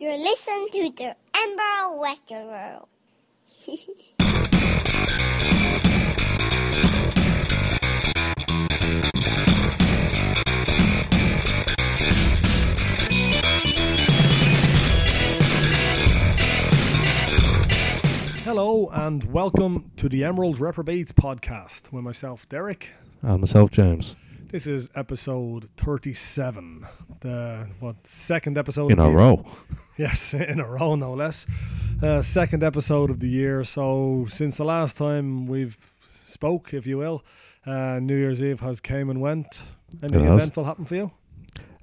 You listen to the Amber Western World. Hello and welcome to the Emerald Reprobates podcast with myself, Derek. And Uh, myself, James. This is episode 37, the what second episode In of a the- row. Yes, in a row, no less. Uh, second episode of the year. So since the last time we've spoke, if you will, uh, New Year's Eve has came and went. Anything It has. eventful happened for you?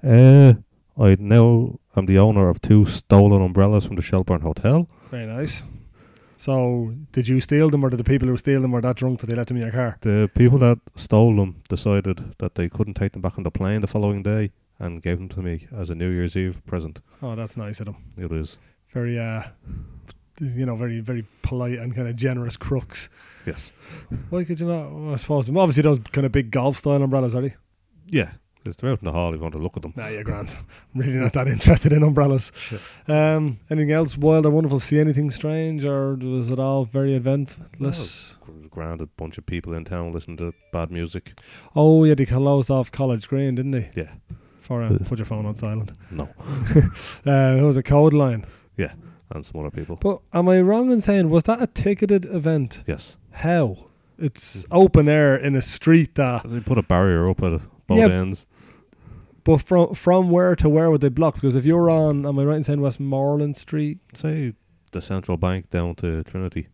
Uh, I now am the owner of two stolen umbrellas from the Shelburne Hotel. Very nice. So did you steal them, or did the people who steal them were that drunk that they left them in your car? The people that stole them decided that they couldn't take them back on the plane the following day and gave them to me as a New Year's Eve present. Oh, that's nice of them. It is. very uh you know very very polite and kind of generous crooks Yes. why could you not well, i suppose obviously those kind of big golf style umbrellas are they Yeah. It's they're out in the hall if you want to look at them. nah you're grand I'm really not that interested in umbrellas um anything else wild or wonderful see anything strange or was it all very eventless Gr- Grand a bunch of people in town listening to bad music. oh yeah they closed off college green didn't they Yeah. for uh, put your phone on silent No. uh it was a code line And some other people. but am i wrong in saying was that a ticketed event Yes. how Mm. it's open air in a street that They put a barrier up at both Yeah. ends. But from from where to where would they block? Because if you're on, am I right in saying Westmoreland Street? Say the central bank down to Trinity.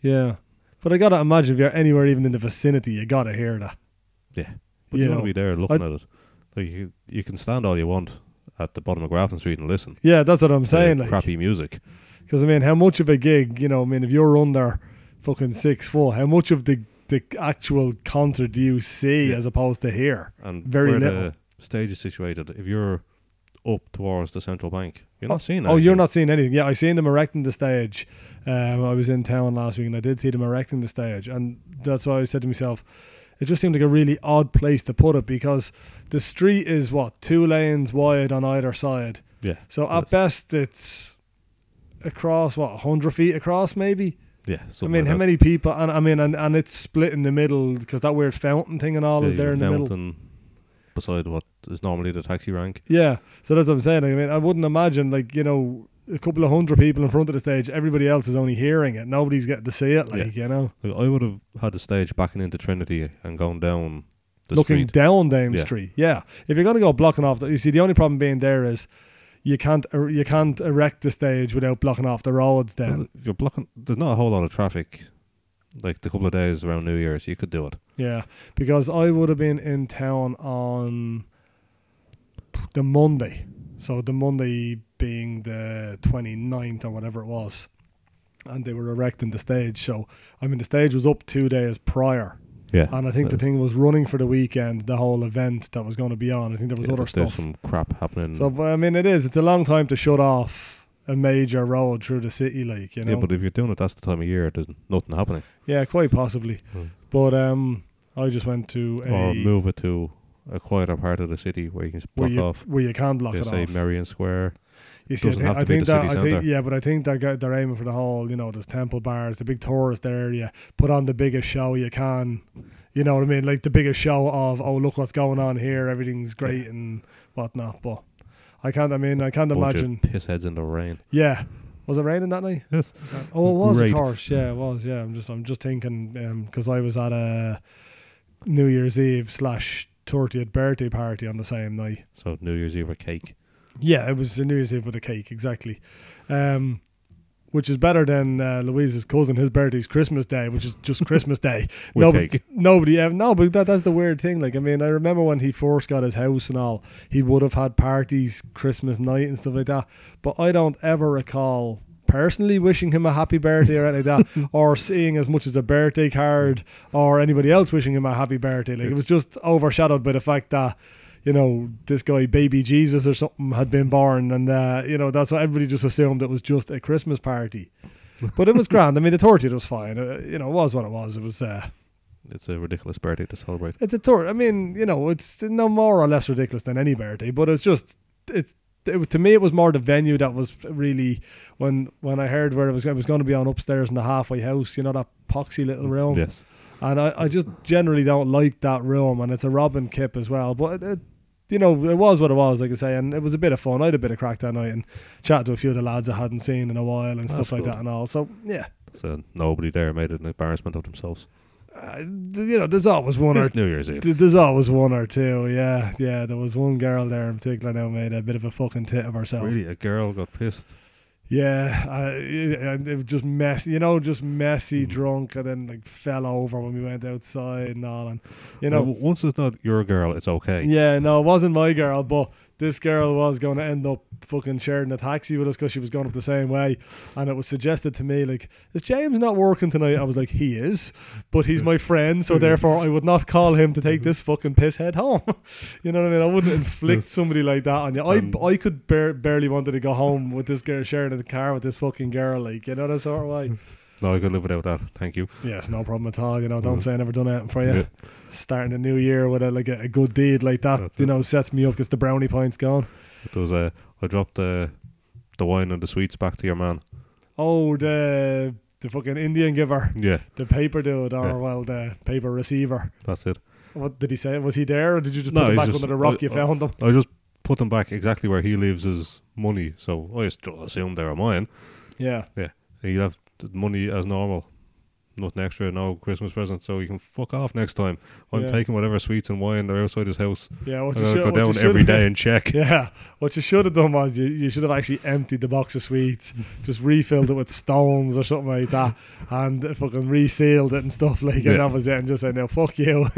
Yeah. But I gotta imagine if you're anywhere even in the vicinity, you gotta hear that. Yeah. But You you, want know, to be there looking at it. Like you, you can stand all you want at the bottom of Grafton Street and listen. Yeah, that's what I'm to saying. Like, crappy music. because I mean, how much of a gig? You know, I mean, if you're under fucking six foot, how much of the the actual concert do you see Yeah. as opposed to hear? And Very where little. the stage is situated, if you're up towards the central bank, you're not seeing Oh, you're anything. not seeing anything. Yeah, I seen them erecting the stage. Um, I was in town last week and I did see them erecting the stage, and that's why I said to myself, it just seemed like a really odd place to put it because the street is what two lanes wide on either side. Yeah. So at Yes. best, it's across what hundred feet across, maybe. Yeah. I mean, how many people? And I mean, and, and it's split in the middle because that weird fountain thing and all is there in the middle. Beside what is normally the taxi rank. Yeah, so that's what I'm saying. I mean, I wouldn't imagine like you know a couple of hundred people in front of the stage. Everybody else is only hearing it. Nobody's getting to see it. Like you know, Like, I would have had the stage backing into Trinity and going down the looking street. down Dame Yeah. Street. Yeah, if you're gonna go blocking off, the, you see the only problem being there is you can't er- you can't erect the stage without blocking off the roads. Well, Then if you're blocking, there's not a whole lot of traffic. Like the couple of days around New Year's, you could do it. yeah, because I would have been in town on the Monday. So the Monday being the 29th or whatever it was. And they were erecting the stage. So, I mean, the stage was up two days prior. Yeah, And I think the thing was running for the weekend, the whole event that was going to be on. I think there was Yeah, other there's- there's stuff. some crap happening. So, but, I mean, it is. It's a long time to shut off a major road through the city, like, you know? yeah, but if you're doing it, that's the time of year. There's nothing happening. Yeah, quite possibly. Mm. But um, I just went to a. Or move it to a quieter part of the city where you can just where block you, off. where you can block Yeah, it say off. Marion Square. You see, I Doesn't think, have I to be think the that city I think, centre. yeah, but I think they're go- they're aiming for the whole, you know, there's temple bars, the big tourist area. Put on the biggest show you can. You know what I mean? Like the biggest show of oh look what's going on here, everything's great and whatnot. But I can't. I mean, I can't bunch imagine. of piss heads in the rain. Yeah, was it raining that night? Yes. Oh, it was Great. of course. Yeah, it was. Yeah, I'm just I'm just thinking because I was at a New Year's Eve slash 30th birthday party on the same night. So New Year's Eve or cake. Yeah, it was a New Year's Eve with a cake, exactly. Um, which is better than uh, Louise's cousin. His birthday's Christmas Day, which is just Christmas Day. With no, cake. But, nobody ever. No, but that, that's the weird thing. Like, I mean, I remember when he first got his house and all, he would have had parties Christmas night and stuff like that. But I don't ever recall personally wishing him a happy birthday or anything like that, or seeing as much as a birthday card or anybody else wishing him a happy birthday. Like, it was just overshadowed by the fact that. You know, this guy, baby Jesus or something, had been born, and uh, you know that's what everybody just assumed it was just a Christmas party. But it was grand. I mean, the torture was fine. Uh, you know, it was what it was. It was uh, It's a ridiculous birthday to celebrate. it's a tour. I mean, you know, it's no more or less ridiculous than any birthday, but it's just it's it, was- to me it was more the venue that was really when when I heard where it was it was going to be on upstairs in the halfway house. You know that poxy little room. Yes. And I, I just generally don't like that room, and it's a Robin Kip as well. But it, it, you know, it was what it was, like I say, and it was a bit of fun. I had a bit of crack that night and chatted to a few of the lads I hadn't seen in a while and stuff That's like good. that and all. So yeah, So nobody there made an embarrassment of themselves. uh, th- you know, there's always one or It's New Year's Eve. th- there's always one or two. Yeah, yeah. There was one girl there in particular now made a bit of a fucking tit of herself. Really, a girl got pissed. Yeah, I, and it was just messy, you know, just messy, Mm. drunk, and then like fell over when we went outside and all, and you know, Now, w- once it's not your girl, it's okay. yeah, no, it wasn't my girl, but this girl was going to end up fucking sharing a taxi with us because she was going up the same way, and it was suggested to me like, is James not working tonight? I was like, he is, but he's my friend, so therefore I would not call him to take this fucking piss head home. you know what I mean? I wouldn't inflict somebody like that on you. I Um, I could bar- barely wanted to go home with this girl sharing the car with this fucking girl, like you know that sort of way. No, I could live without that. Thank you. Yes, no problem at all. You know, don't Mm. say I never done anything for you. Yeah. Starting the new year with a, like a, a good deed like that, That's you it. know, sets me up because the brownie points gone. There was a, I dropped the the wine and the sweets back to your man. Oh, the the fucking Indian giver, Yeah, the paper dude, or Yeah. well, the paper receiver. that's it. What did he say? Was he there, or did you just No, put him he's back just- under the rock? I- you I- found him. I just put them back exactly where he leaves his money, so I just assume they were mine. Yeah, He left the money as normal, nothing extra, no Christmas present, so he can fuck off next time. I'm Yeah. taking whatever sweets and wine are outside his house. yeah. What you I'm gonna should go what you down should every have- day and check. Yeah, what you should have done was you, you should have actually emptied the box of sweets, just refilled it with stones or something like that, and fucking resealed it and stuff like Yeah. and that was it, and just said, "No, fuck you."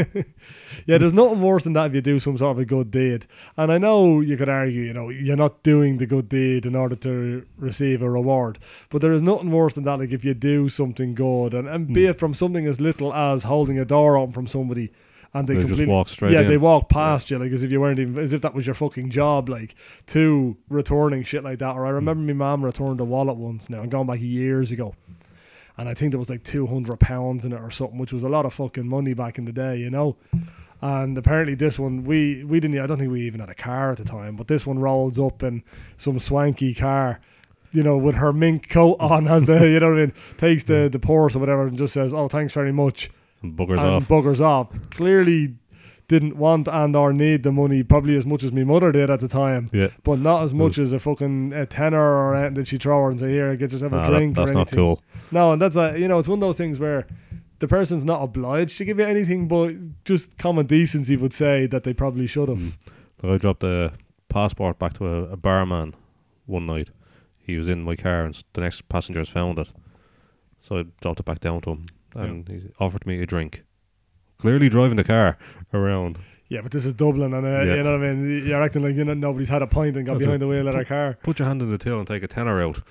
yeah, there's nothing worse than that if you do some sort of a good deed. And I know you could argue, you know, you're not doing the good deed in order to receive a reward, but there is nothing worse than that. Like if you do something good, and, and be it from something as little as holding a door open from somebody. And they, They just completely walk straight Yeah, in. they walk past you like as if you weren't even as if that was your fucking job like to returning shit like that or Hmm. i remember my mom returned a wallet once now and gone back years ago and i think there was like 200 pounds in it or something which was a lot of fucking money back in the day you know and apparently this one we we didn't i don't think we even had a car at the time but this one rolls up in some swanky car you know, with her mink coat on, as the you know what I mean, takes Hmm. the the purse or whatever, and just says, "Oh, thanks very much," And buggers and off. buggers off. Clearly didn't want and or need the money probably as much as my mother did at the time. yeah. Mm. But not as much as a fucking a tenner or anything that she throw her and say, Here, get yourself Nah, a that- drink that's or anything. not cool. No, and that's a you know, it's one of those things where the person's not obliged to give you anything, but just common decency would say that they probably should have. Mm. Like I dropped a passport back to a, a barman one night. He was in my car, and s- the next passengers found it. So I dropped it back down to him, and he offered me a drink. Clearly driving the car around. Yeah, but this is Dublin, and uh, Yeah. you know what I mean. You're acting like you know nobody's had a pint and got That's behind it. the wheel of their car. Put your hand in the till and take a tenner out.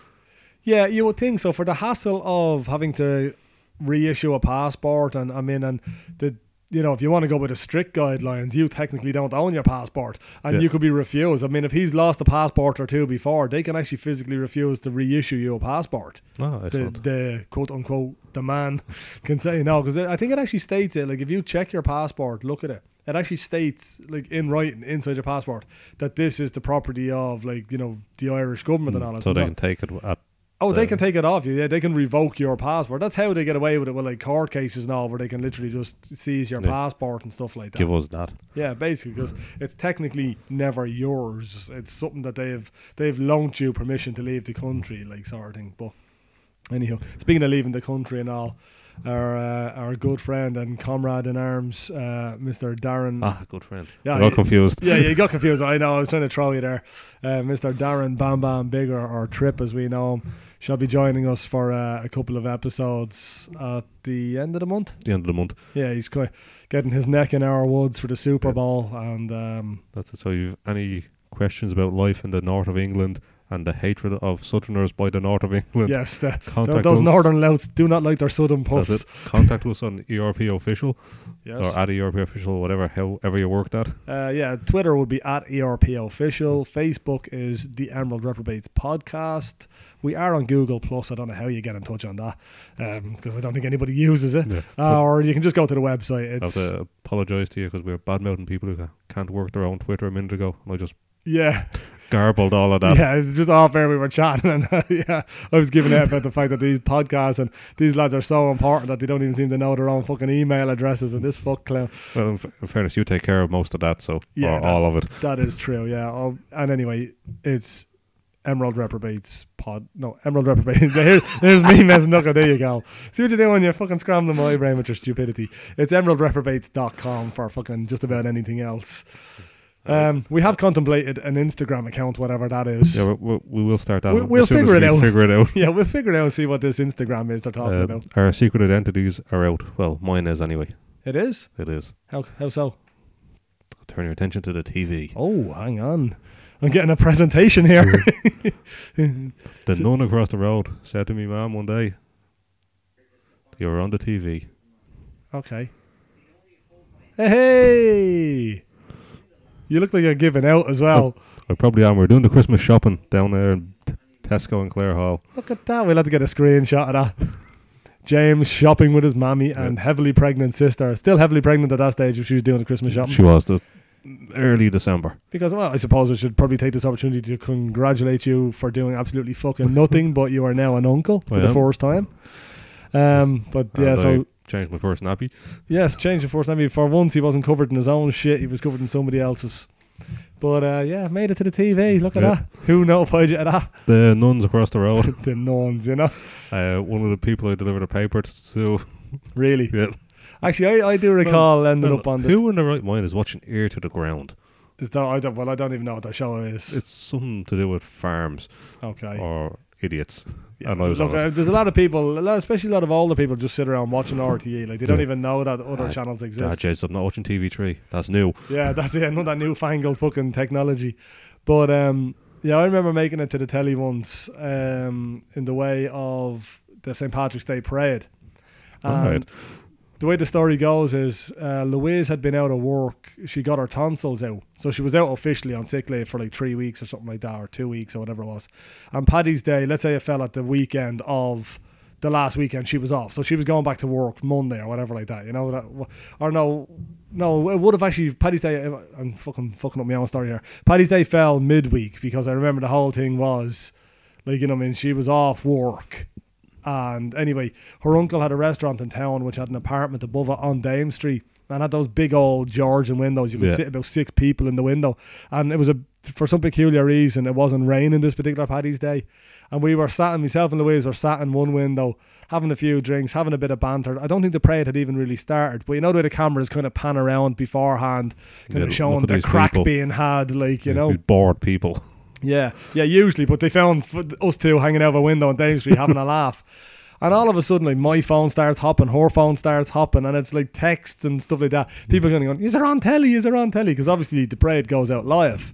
Yeah, you would think so. For the hassle of having to reissue a passport, and I mean, and the you know, if you want to go by the strict guidelines, you technically don't own your passport, and Yeah. you could be refused. I mean, if he's lost a passport or two before, they can actually physically refuse to reissue you a passport. No, The, excellent. the quote unquote the man can say no because I think it actually states it. Like if you check your passport, look at it. It actually states like in writing inside your passport that this is the property of like you know the Irish government and all that. Mm, so stuff. they can take it at Oh, they the- can take it off you. Yeah, they can revoke your passport. That's how they get away with it with like court cases and all, where they can literally just seize your Yeah. passport and stuff like that. give Mm. us that. yeah, basically, because it's technically never yours. It's something that they've they've loaned you permission to leave the country, like sort of thing. But anyhow, speaking of leaving the country and all, our uh, our good friend and comrade in arms, uh, Mr. Darren. Ah, good friend. Yeah, I got it- confused. Yeah, yeah, you got confused. I know. I was trying to throw you there. Uh, Mr. Darren Bam Bam Bigger, or Trip as we know him, shall be joining us for uh, a couple of episodes at the end of the month. At the end of the month. Yeah, he's quite getting his neck in our woods for the Super Bowl. And um, That's it. So you've any questions about life in the north of England and the hatred of Southerners by the north of England? yes, the, Contact those us. northern louts do not like their southern That's puffs. it. Contact us on ERP official Yes. or at ERP official, whatever, however you work that. Uh, yeah, Twitter would be at ERP official. Facebook is the Emerald Reprobates podcast. We are on Google Plus. I don't know how you get in touch on that because I don't think anybody uses it. Yeah. Uh, or you can just go to the website. I have It's to apologise to you because we were bad mouthing people who ca- can't work their own Twitter a minute ago, and I just yeah, garbled all of that. Yeah, it was just off air we were chatting, and yeah, I was giving out about the fact that these podcasts and these lads are so important that they don't even seem to know their own fucking email addresses and this fuck clown. Well, in, f- in fairness, you take care of most of that, so Yeah, or that- all of it. That is true, yeah. Um, and anyway, it's Emerald Reprobates pod. No, Emerald Reprobates. Here, there's me messing up. There you go. See what you're doing? You're fucking scrambling my brain with your stupidity. It's emeraldreprobates.com for fucking just about anything else. Um, we have contemplated an Instagram account, whatever that is. Yeah, we, we, we will start that. We- one we'll as soon figure as it we out. Figure it out. Yeah, we'll figure it out and see what this Instagram is they're talking Uh, about. our secret identities are out. Well, mine is anyway. It is? It is. How, how so? Turn your attention to the TV. Oh, hang on. I'm getting a presentation here. The nun across the road said to me, "Mom, one day you're on the TV." okay. Hey! You look like you're giving out as well. I probably am. We're doing the Christmas shopping down there in T- Tesco and Clare Hall. Look at that. We'll have to get a screenshot of that. James shopping with his mammy and heavily pregnant sister. Still heavily pregnant at that stage if she was doing the Christmas shopping. She was the early December. Because, well, I suppose I should probably take this opportunity to congratulate you for doing absolutely fucking nothing, but you are now an uncle for I the am. first time. Um, but yeah, And so I changed my first nappy. yes, change the first time. For once, he wasn't covered in his own shit; he was covered in somebody else's. But uh, yeah, made it to the TV. Look at Yeah. that. Who notified you of that? The nuns across the road. the nuns, you know. Uh, one of the people I delivered a paper to. So, Really? yeah. Actually, I, I do recall ending up on the. Who in the right mind is watching Ear to the Ground? Is that, I don't, well, I don't even know what that show is. It's something to do with farms okay. or idiots. Yeah, And I was look, honest. uh, there's a lot of people, a lot, especially a lot of older people, just sit around watching RTE. Like they don't Yeah. even know that other Ah, channels exist. God, Jesus, I'm not watching TV3. That's new. Yeah, that's it. Not that newfangled fucking technology. But um, yeah, I remember making it to the telly once um, in the way of the St. Patrick's Day parade. And Alright. The way the story goes is uh, Louise had been out of work. She got her tonsils out. So she was out officially on sick leave for like three weeks or something like that, or two weeks or whatever it was. And Paddy's Day, let's say it fell at the weekend of the last weekend she was off. So she was going back to work Monday or whatever like that, you know? That, or no, no, it would have actually, Paddy's Day, I'm fucking fucking up my own story here. Paddy's Day fell midweek because I remember the whole thing was, like, you know, what I mean, she was off work. And anyway, her uncle had a restaurant in town which had an apartment above it on Dame Street and had those big old Georgian windows. You could Yeah. sit about six people in the window. And it was a for some peculiar reason, it wasn't raining this particular Paddy's Day. And we were sat, and myself and Louise were sat in one window, having a few drinks, having a bit of banter. I don't think the parade had even really started, but you know the way the cameras kind of pan around beforehand, kind Yeah, of look showing at the these crack people. being had, like, you know. These bored people. Yeah, yeah, usually, but they found f- us two hanging out of a window on Dame Street having a laugh. And all of a sudden, like my phone starts hopping, her phone starts hopping, and it's like texts and stuff like that. People are going, "Is it on telly? Is it on telly?" Because obviously the parade goes out live.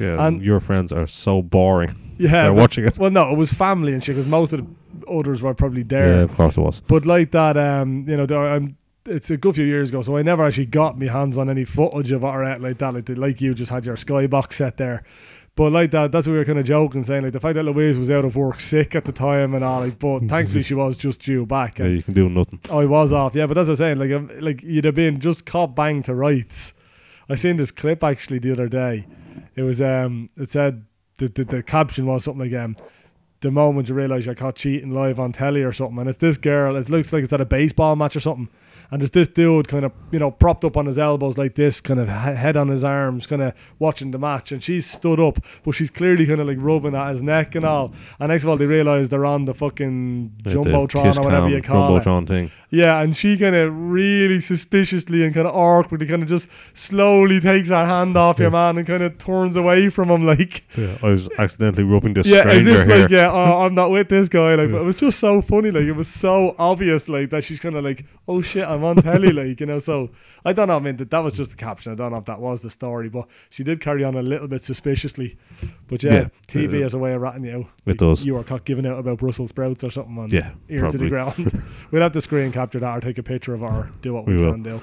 Yeah, And- your friends are so boring. Yeah, They're but- watching it. Well, no, it was family and shit because most of the others were probably there. Yeah, of course it was. But like that, um, you know, there, um, it's a good few years ago, so I never actually got my hands on any footage of it or anything like that. Like, the, like you just had your skybox set there. But like that, that's what we were kind of joking, saying like the fact that Louise was out of work sick at the time and all. Like, but thankfully she was just due back. Yeah, And you can do nothing. I was off, yeah. But that's what I'm saying. Like, um, like you'd have been just caught bang to rights. I seen this clip actually the other day. It was um, it said the the, the caption was something like um, the moment you realise you're caught cheating live on telly or something. And it's this girl. It looks like it's at a baseball match or something. And there's this dude kind of you know propped up on his elbows like this, kind of he- head on his arms, kind of watching the match. And she's stood up, but she's clearly kind of like rubbing at his neck and all. And next of all, they realise they're on the fucking Yeah, the jumbotron kiss or whatever cam, you call it. Jumbotron thing. Yeah, and she kind of really suspiciously and kind of awkwardly kind of just slowly takes her hand off your man and kind of turns away from him like Yeah, I was accidentally rubbing this yeah, as stranger if here. like yeah, oh, I'm not with this guy like but it was just so funny like it was so obvious like that she's kind of like oh shit, I'm on telly like you know so I don't know I mean that, that was just the caption I don't know if that was the story but she did carry on a little bit suspiciously but yeah, Yeah. TV has a way of ratting you out It does. you were caught giving out about Brussels sprouts or something on Yeah, ear to the probably. ground. we'll have to screen capture that or take a picture of our do what we, We will. can do.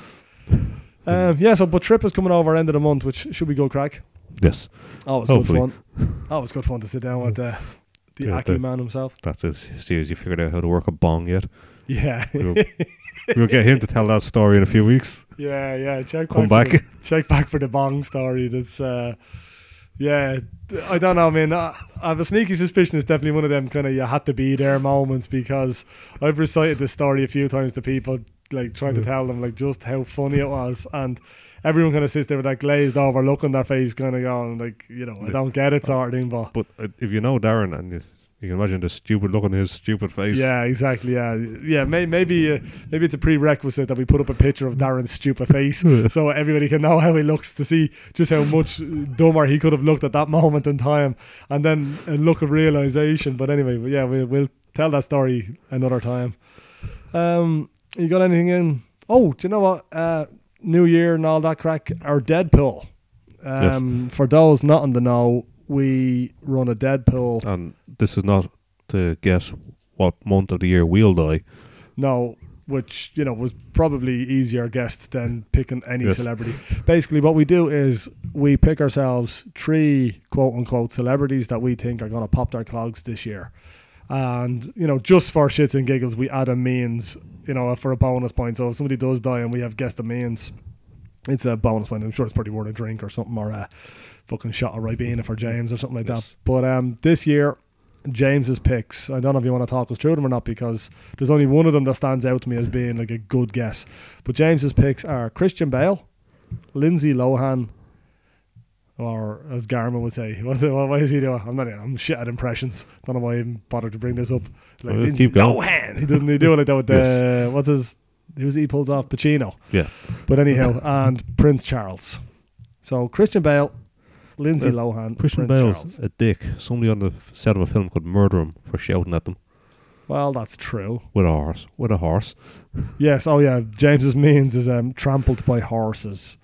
Um, yeah, so but trip is coming over end of the month, which should be good crack. Yes, Always Hopefully. Oh, good fun. Always good fun to sit down with uh, the Yeah, Aki the- man himself. that's it. See, as you figured out how to work a bong yet. Yeah, We'll, we'll get him to tell that story in a few weeks. yeah, yeah. Check Come back. for back. the- check back for the bong story. That's uh, Yeah, d- I don't know. I mean, I, I have a sneaky suspicion it's definitely one of them kind of you had to be there moments because I've recited this story a few times to people, like trying to tell them like just how funny it was, and everyone kind of sits there with that glazed over look on their face, kind of going like, you know, I don't get it, sort of thing. But But uh, if you know Darren and you, you can imagine the stupid look on his stupid face. yeah, exactly. Yeah, yeah. May, maybe uh, maybe it's a prerequisite that we put up a picture of Darren's stupid face so everybody can know how he looks to see just how much dumber he could have looked at that moment in time, and then a look of realization. But anyway, but yeah, we, we'll tell that story another time. Um, you got anything in? Oh, do you know what? Uh, New Year and all that crack. Our Deadpool. Um, For those not in the know, we run a Deadpool. And this is not to guess what month of the year we'll die. No, which you know was probably easier guessed than picking any Yes. celebrity. Basically, what we do is we pick ourselves three quote unquote celebrities that we think are going to pop their clogs this year, and you know just for shits and giggles we add a means you know for a bonus point. So if somebody does die and we have guessed a means, it's a bonus point. I'm sure it's probably worth a drink or something or a fucking shot of Ribena for James or something like Yes. that. But um, this year, James's picks. I don't know if you want to talk us through them or not because there's only one of them that stands out to me as being like a good guess. But James's picks are Christian Bale, Lindsay Lohan, or as Garmin would say, what, what, what is he doing? I'm not. I'm shit at impressions. Don't know why I even bothered to bring this up. Like, Well, Lindsay keep going. Lohan. He doesn't. He do it like that with the what's his. Who's he pulls off Pacino. Yeah. But anyhow, and Prince Charles. So Christian Bale, Lindsay Uh, Lohan, Christian Prince Bale's Charles. a dick. Somebody on the f- set of a film could murder him for shouting at them Well, that's true. with a horse. With a horse. Yes. Oh, yeah. James's means is um, trampled by horses.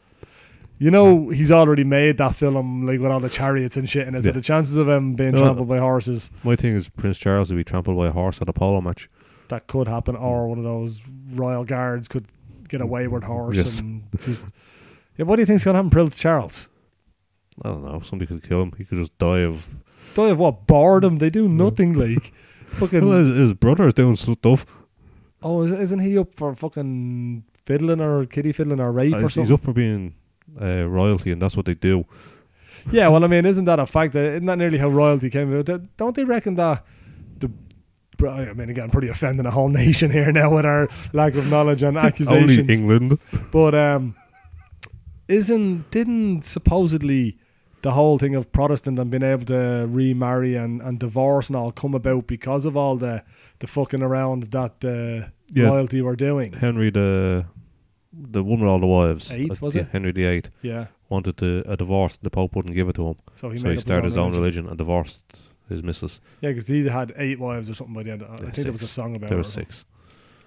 You know he's already made that film like with all the chariots and shit, and it's Yeah. Uh, the chances of him being No. trampled by horses My thing is Prince Charles would be trampled by a horse at a polo match. that could happen, or one of those royal guards could get a wayward horse Yes. and just. Yeah, what do you think's gonna happen, Prince Charles? I don't know. Somebody could kill him. He could just die of. Die of what boredom? They do nothing like fucking. Well, his, his brother's doing stuff. Oh, is- isn't he up for fucking fiddling or kitty fiddling or rape Uh, or he's- he's something? up for being uh, royalty, and that's what they do. Yeah, well, I mean, isn't that a fact? That isn't that nearly how royalty came about? That- Don't they reckon that the bro- I mean, again, I'm pretty offending a whole nation here now with our lack of knowledge and Only accusations. England. but um, isn't didn't supposedly the whole thing of Protestant and being able to remarry and, and divorce and all come about because of all the the fucking around that the Yeah. royalty were doing? Henry the the one with all the wives. Eight, Like, was yeah, it? Henry the Eighth Yeah, wanted to, a divorce. The Pope wouldn't give it to him, so he so made he up started his own religion. religion and divorced his missus. Yeah, because he had eight wives or something by the end. Of, I Yeah, think there was a six. song about There it. were or something. six.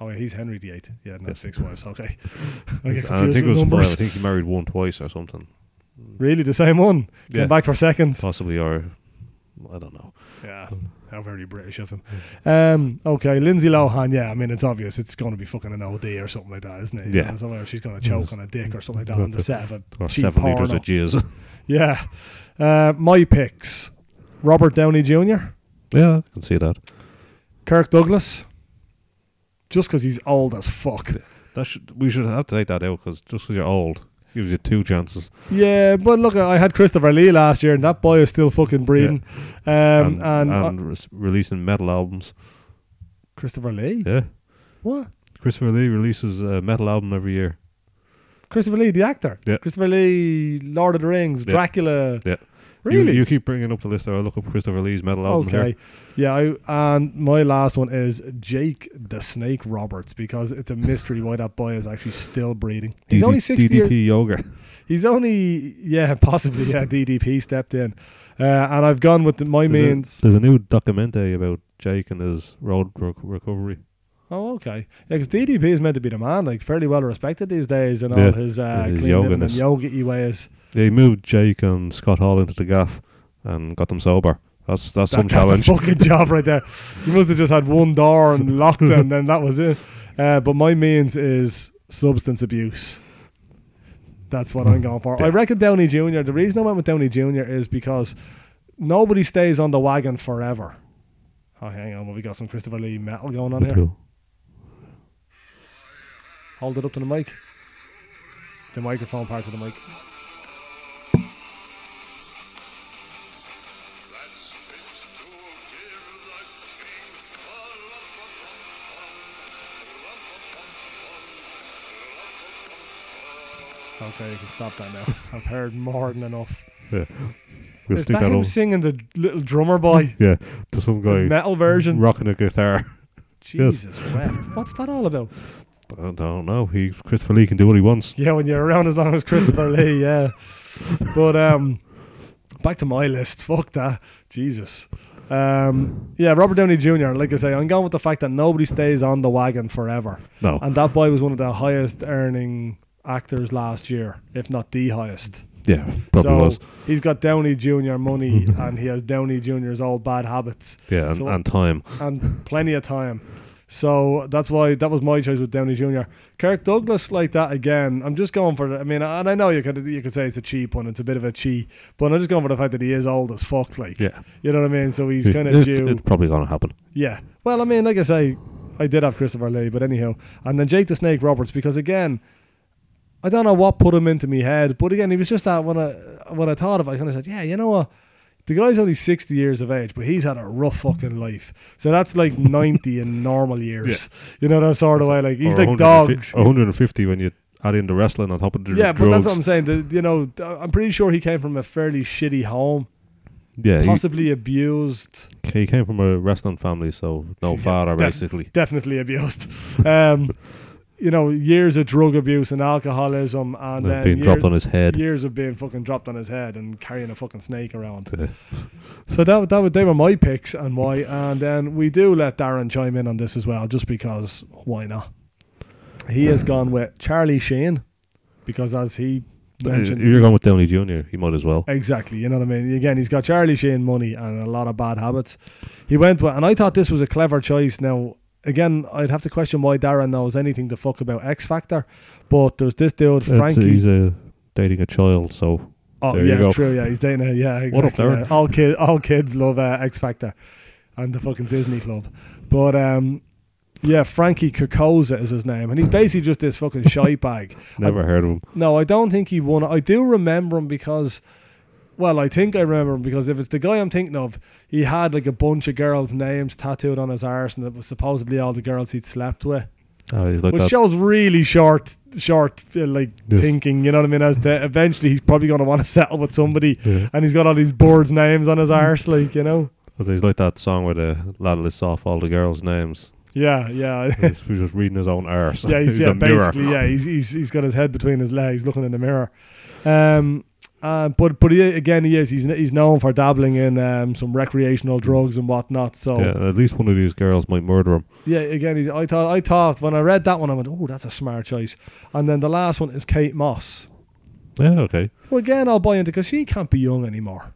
Oh, yeah, he's Henry VIII. Yeah, no, Yeah. six wives. Okay, I get And I confused think with it was well, I numbers. think he married one twice or something, Really, the same one. Came Yeah. back for seconds. possibly, or I don't know. Yeah, how very British of him. Um, okay, Lindsay Lohan. Yeah, I mean it's obvious it's going to be fucking an OD or something like that, isn't it? You Yeah. Mm. know, somewhere she's going to choke on a dick or something like that on the set of a Or cheap seven liters porno. of jizz. Yeah. Uh, my picks: Robert Downey Jr., yeah, I can see that. Kirk Douglas. Just because he's old as fuck. That should we should have to take that out because just because you're old gives you two chances. Yeah, but look, I had Christopher Lee last year, and that boy is still fucking breathing. Um, and and and, uh, res- releasing metal albums. Christopher Lee, Yeah, what? Christopher Lee releases a metal album every year. Christopher Lee, the actor. Yeah. Christopher Lee, Lord of the Rings, Yeah. Dracula. Yeah. You- Really? You, keep bringing up the list. There, I look up Christopher Lee's metal albums okay. here. Yeah, I, and my last one is Jake the Snake Roberts because it's a mystery why that boy is actually still breathing. He's DD only sixty. DDP years- yoga. He's only yeah, possibly yeah. DDP stepped in, uh, and I've gone with the, my There's a- means. there's a new documentary about Jake and his road rec- recovery. Oh, okay. Yeah, because DDP is meant to be the man, like fairly well respected these days, and all Yeah. his Yeah, uh, his clean living and yoginess. yoga E ways. They moved Jake and Scott Hall into the gaff and got them sober. That's that's some That- that's challenge. a fucking job right there. You must have just had one door and locked it, and then that was it. Uh, but my means is substance abuse. That's what I'm going for. I Yeah. reckon Downey Jr. The reason I went with Downey Jr. is because nobody stays on the wagon forever. Oh, hang on, have we got some Christopher Lee metal going on here? Hold it up to the mic. The microphone part of the mic. Okay, you can stop that now. I've heard more than enough. We'll Is stick that, that, him up. singing the little drummer boy Yeah, to some the guy metal version? rocking a guitar. yes. Jesus, wept. what's that all about? I don't know. He Christopher Lee can do what he wants. Yeah, when you're around as long as Christopher Lee, yeah. But um, back to my list. Fuck that. Jesus. Um, yeah, Robert Downey Jr. Like I say, I'm going with the fact that nobody stays on the wagon forever, No, and that boy was one of the highest earning actors last year, if not the highest. yeah, probably so was. he's got Downey Jr. money, and he has Downey Jr.'s old bad habits Yeah, and, so- and time. and plenty of time. So that's why that was my choice with Downey Jr. Kirk Douglas like that again. I'm just going for. the- I mean, and I know you could you could say it's a cheap one. It's a bit of a cheat, but I'm just going for the fact that he is old as fuck. Like, Yeah, you know what I mean. So he's It- kind it- of due. It's probably gonna happen. Yeah. Well, I mean, like I say, I did have Christopher Lee, but anyhow, and then Jake the Snake Roberts because again, I don't know what put him into me head, but again, he was just that when I when I thought of, it, I kind of said, yeah, you know what. The guy's only 60 years of age, but he's had a rough fucking life. So that's like 90 in normal years. You know, that sort of way. Like, he's Or like 150 dogs. 150 when you add in the wrestling on top of the Yeah, drugs. but that's what I'm saying. The, you know, I'm pretty sure he came from a fairly shitty home, yeah, he- possibly abused. He came from a wrestling family, so no Yeah, father def- basically. definitely abused. Um, you know, years of drug abuse and alcoholism, and And then being years, dropped on his head. years of being fucking dropped on his head and carrying a fucking snake around. Yeah. So that that would, they were my picks and why. And then we do let Darren chime in on this as well, just because why not? He has gone with Charlie Sheen because as he mentioned, uh, You're going with Downey Jr. He might as well. Exactly, you know what I mean. Again, he's got Charlie Sheen money and a lot of bad habits. He went with, and I thought this was a clever choice. Now, again, I'd have to question why Darren knows anything to fuck about X Factor, but there's this dude It's- Frankie. he's uh, dating a child, so oh, there you yeah, go. true. Yeah, he's dating. her, Yeah, What up, exactly. Darren? yeah. All kids, all kids love uh, X Factor and the fucking Disney Club, but um. Yeah, Frankie Kokoza is his name, and he's basically just this fucking shite bag. never heard of him. No, I don't think he won. it. I do remember him because, well, I think I remember him because if it's the guy I'm thinking of, he had like a bunch of girls' names tattooed on his arse, and it was supposedly all the girls he'd slept with, Oh, he's like which that. shows really short, short uh, like Yes. thinking. You know what I mean? As to eventually he's probably going to want to settle with somebody, Yeah. and he's got all these birds' names on his arse, like you know. He's like that song where the lad lists off all the girls' names. Yeah, yeah. he's, he's just reading his own arse. Yeah, he's, a yeah, mirror. basically, yeah, he's, he's he's got his head between his legs, looking in the mirror. Um, uh, but but he, again, he is he's he's known for dabbling in um, some recreational drugs and whatnot. So yeah, Yeah, at least one of these girls might murder him. again, he's, I thought I thought when I read that one, I went, oh, that's a smart choice. And then the last one is Kate Moss, Yeah, okay. who again I'll buy into because she can't be young anymore.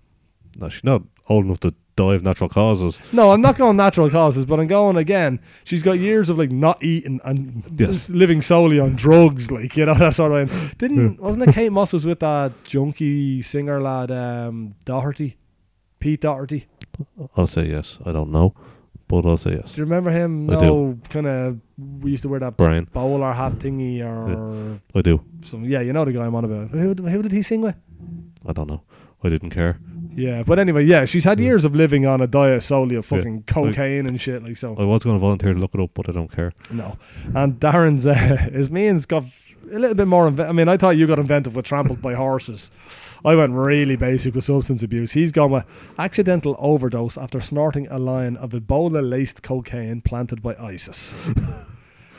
No, she's not old enough to die of natural causes. No, I'm not going natural causes, but I'm going again. She's got years of like not eating and Yes. just living solely on drugs, like you know that sort of. Way. Didn't wasn't it Kate Moss was with that junkie singer lad um, Doherty, Pete Doherty? I'll say yes. I don't know, but I'll say yes. Do you remember him? I no, kind of. We used to wear that Brian, bowler hat thingy or I do. some. Yeah, you know the guy I'm on about. Who, who did he sing with? I don't know. I didn't care. Yeah, but anyway, yeah, she's had Yeah. years of living on a diet solely of Yeah. fucking cocaine and shit like so. I was going to volunteer to look it up, but I don't care. No. And Darren's, uh, his main's got a little bit more. Inve- I mean, I thought you got inventive with trampled by horses. I went really basic with substance abuse. He's gone with accidental overdose after snorting a line of Ebola laced cocaine planted by ISIS.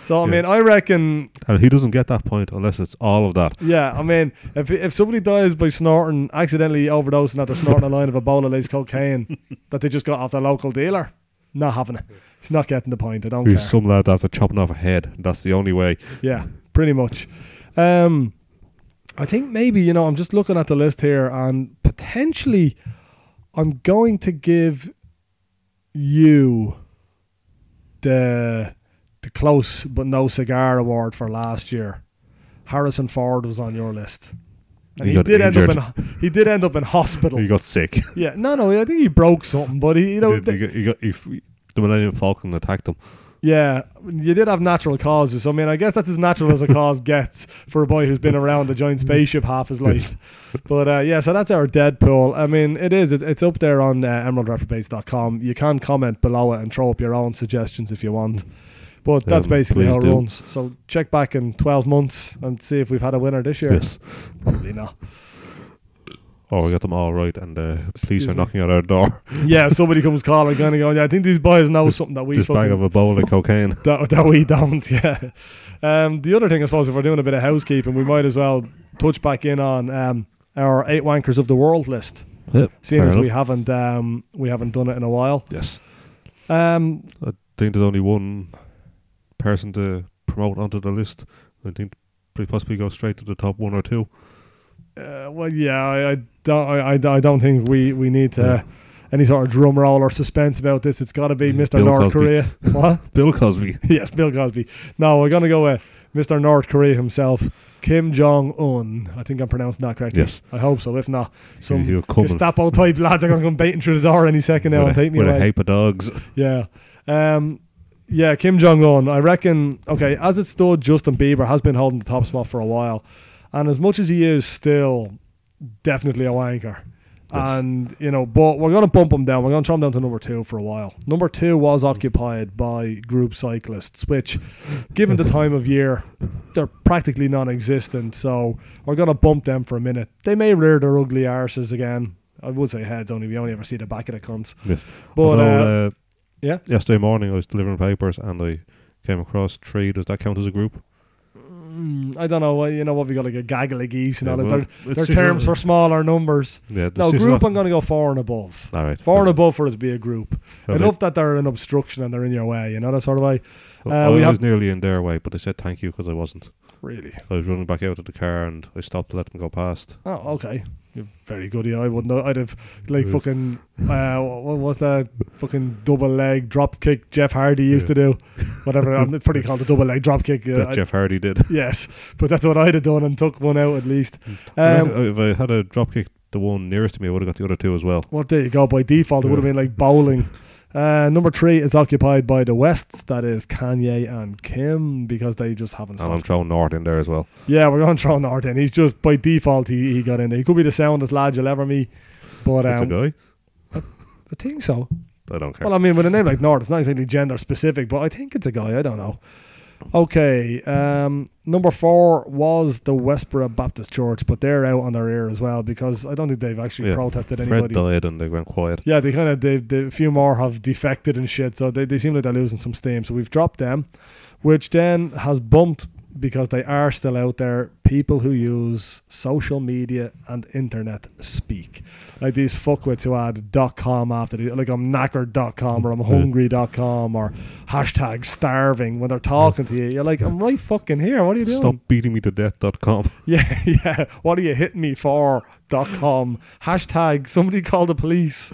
So, I Yeah. mean, I reckon, And he doesn't get that point unless it's all of that. yeah, I mean, if, if somebody dies by snorting, accidentally overdosing after snorting a line of Ebola laced cocaine that they just got off the local dealer, not having it. He's not getting the point. I don't He's care. some lad after chopping off a head. That's the only way. Yeah, pretty much. Um, I think maybe you know I'm just looking at the list here, and potentially I'm going to give you the the close but no cigar award for last year. Harrison Ford was on your list, and He he, got did end injured. up in he did end up in hospital. He got sick. yeah, no, no, I think he broke something, but he, you know, he did- he got, he got, he f- the Millennium Falcon attacked him. Yeah, you did have natural causes. I mean, I guess that's as natural as a cause gets for a boy who's been around a giant spaceship half his life. But uh, yeah, so that's our Deadpool. I mean, it is. It, it's up there on uh, emeraldreprobates.com. You can comment below it and throw up your own suggestions if you want. But that's Um, basically how it please do. runs. So check back in 12 months and see if we've had a winner this year. Yes. Probably not. Oh, we got them all right, and uh, Excuse police are me. knocking at our door. yeah, somebody comes calling, kind of going, yeah, I think these boys know Just- something that we Just bang fucking- of a bowl of cocaine. that, that we don't, yeah. Um, the other thing, I suppose, if we're doing a bit of housekeeping, we might as well touch back in on um, our eight wankers of the world list, Yep. seeing as we haven't um, we haven't done it in a while. Yes. Um, I think there's only one person to promote onto the list. I think they possibly go straight to the top one or two. uh, well, yeah, I, I don't, I, I- I don't think we we need to. Any sort of drum roll or suspense about this? It's got to be Mm, Mr. Bill North Cosby. Korea. What? Bill Cosby. yes, Bill Cosby. No, we're gonna go with Mr. North Korea himself, Kim Jong Un. I think I'm pronouncing that correctly. Yes. I hope so. If not, some He'll come and- Gestapo type lads are going to come baiting through the door any second now and with a, take me with a away. heap of dogs. Yeah. Um, yeah, Kim Jong Un. I reckon, okay, as it stood, Justin Bieber has been holding the top spot for a while. And as much as he is still definitely a wanker. Yes. And, you know, but we're going to bump him down. We're going to throw him down to number two for a while. Number two Mm. was occupied by group cyclists, which, given the time of year, they're practically non existent. So we're going to bump them for a minute. They may rear their ugly arses again. I would say heads only. We only ever see the back of the cunts. Yes. But, uh, Although, uh, yeah. Yesterday morning, I was delivering papers and I came across three. Does that count as a group? Mm, I don't know. well, You know what we got like a gaggle of geese and Yeah, all this. well, They're- it's they're just terms not- for smaller numbers. Yeah. No it's just group. not- I'm going to go four and above. All right. Four and Okay. above for it to be a group. I Okay. love that they're an obstruction and they're in your way. You know that sort of way. Well, uh, we I have- was nearly in their way, but they said thank you because I wasn't. Really. I was running back out of the car and I stopped to let them go past. Oh, okay. You're very good. Yeah, I wouldn't. know. I'd have like Yes. fucking. Uh, what was that? Fucking double leg drop kick Jeff Hardy used to do. Whatever. I'm it's probably called a double leg drop kick. that Uh, I- Jeff Hardy did. yes, but that's what I'd have done and took one out at least. Um, if I had a drop kick, the one nearest to me, I would have got the other two as well. Well, there you go. By default, it would have Yeah. been like bowling. Uh, number three is occupied by the Wests. That is Kanye and Kim because they just haven't And I'm stopped. throwing North in there as well. yeah, we're going to throw North in. He's just by default he, he got in there. He could be the soundest lad you'll ever meet, but It's a um, guy. I think so. I don't care. Well, I mean, with a name like North, it's not exactly gender specific, but I think it's a guy. I don't know. Okay, um, number four was the Westboro Baptist Church, but they're out on their ear as well because I don't think they've actually Yeah. protested Fred anybody. died and they went quiet. Yeah, they kind of they, they a few more have defected and shit, so they, they seem like they're losing some steam. So we've dropped them, which then has bumped because they are still out there. People who use social media and internet speak like these fuckwits who add .com after the like I'm knackered.com or I'm hungry.com or hashtag starving when they're talking to you. You're like I'm right fucking here. What are you doing? Stop beating me to death.com. Yeah, yeah. What are you hitting me for? Dot com. Hashtag somebody call the police.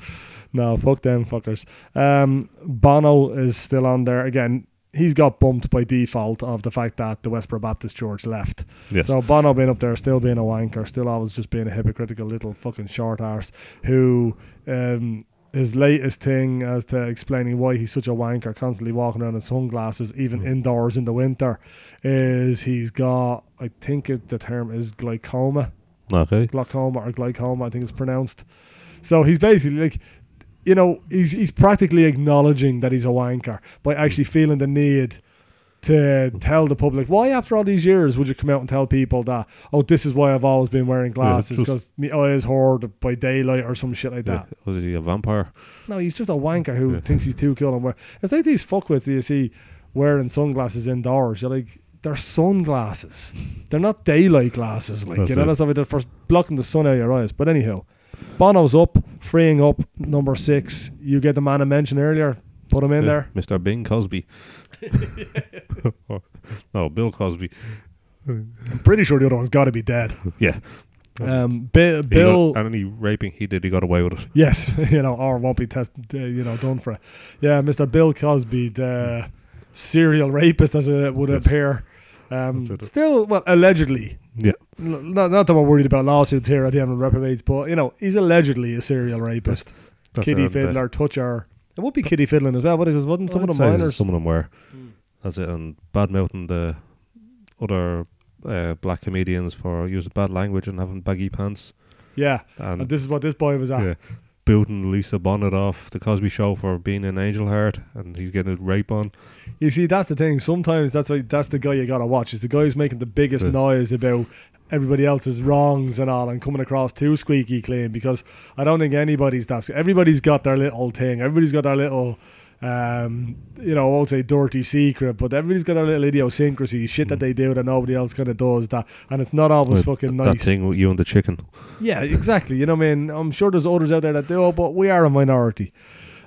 No, fuck them fuckers. Um, Bono is still on there. Again, he's got bumped by default of the fact that the Westboro Baptist Church left. Yes. So Bono being up there, still being a wanker, still always just being a hypocritical little fucking short arse who um, his latest thing as to explaining why he's such a wanker, constantly walking around in sunglasses, even indoors in the winter, is he's got I think it, the term is glaucoma, okay. glaucoma or glaucoma, I think it's pronounced. So he's basically like. You know, he's he's practically acknowledging that he's a wanker by actually feeling the need to tell the public why after all these years would you come out and tell people that oh this is why I've always been wearing glasses just- because my eyes hurt by daylight or some shit like that. Was he a vampire? No, he's just a wanker who Yeah. thinks he's too cool and wear. It's like these fuckwits that you see wearing sunglasses indoors. You're like, they're sunglasses. They're not daylight glasses. Like That's you know, it. that's how they're for blocking the sun out of your eyes. But anyhow, Bono's up, freeing up number six. You get the man I mentioned earlier. Put him in Yeah, there. Mr. Bing Cosby. no, Bill Cosby. I'm pretty sure the other one's got to be dead. Yeah. Um, Bi- He got- Bill. and any raping he did, he got away with it. Yes, you know, or won't be tested, uh, you know, done for it. Yeah, Mr. Bill Cosby, the serial rapist, as it would Yes. appear. Um, That's it. still, well, allegedly. Yeah. L- Not, not that we're worried about lawsuits here at the end of reprobates, but, you know, he's allegedly a serial rapist. That's kitty it, and, uh, fiddler, toucher. It would be kitty fiddling as well, wouldn't it? Because wasn't some I'd of the say minors. Some of them were. That's it. And bad mouthing the other uh, black comedians for using bad language and having baggy pants. yeah, And and this is what this boy was at. yeah, booting Lisa Bonnet off the Cosby Show for being an angel heart, and he's getting a rape on. You see, that's the thing. Sometimes that's why that's the guy you gotta watch. Is the guy who's making the biggest Yeah. noise about everybody else's wrongs and all, and coming across too squeaky clean. Because I don't think anybody's that. Everybody's got their little thing. Everybody's got their little. Um, you know, I won't say dirty secret, but everybody's got their little idiosyncrasy, shit that they do that nobody else kind of does that, and it's not always With fucking Mm. th- nice. That thing with you and the chicken. Yeah, exactly. You know, what I mean, I'm sure there's others out there that do, but we are a minority.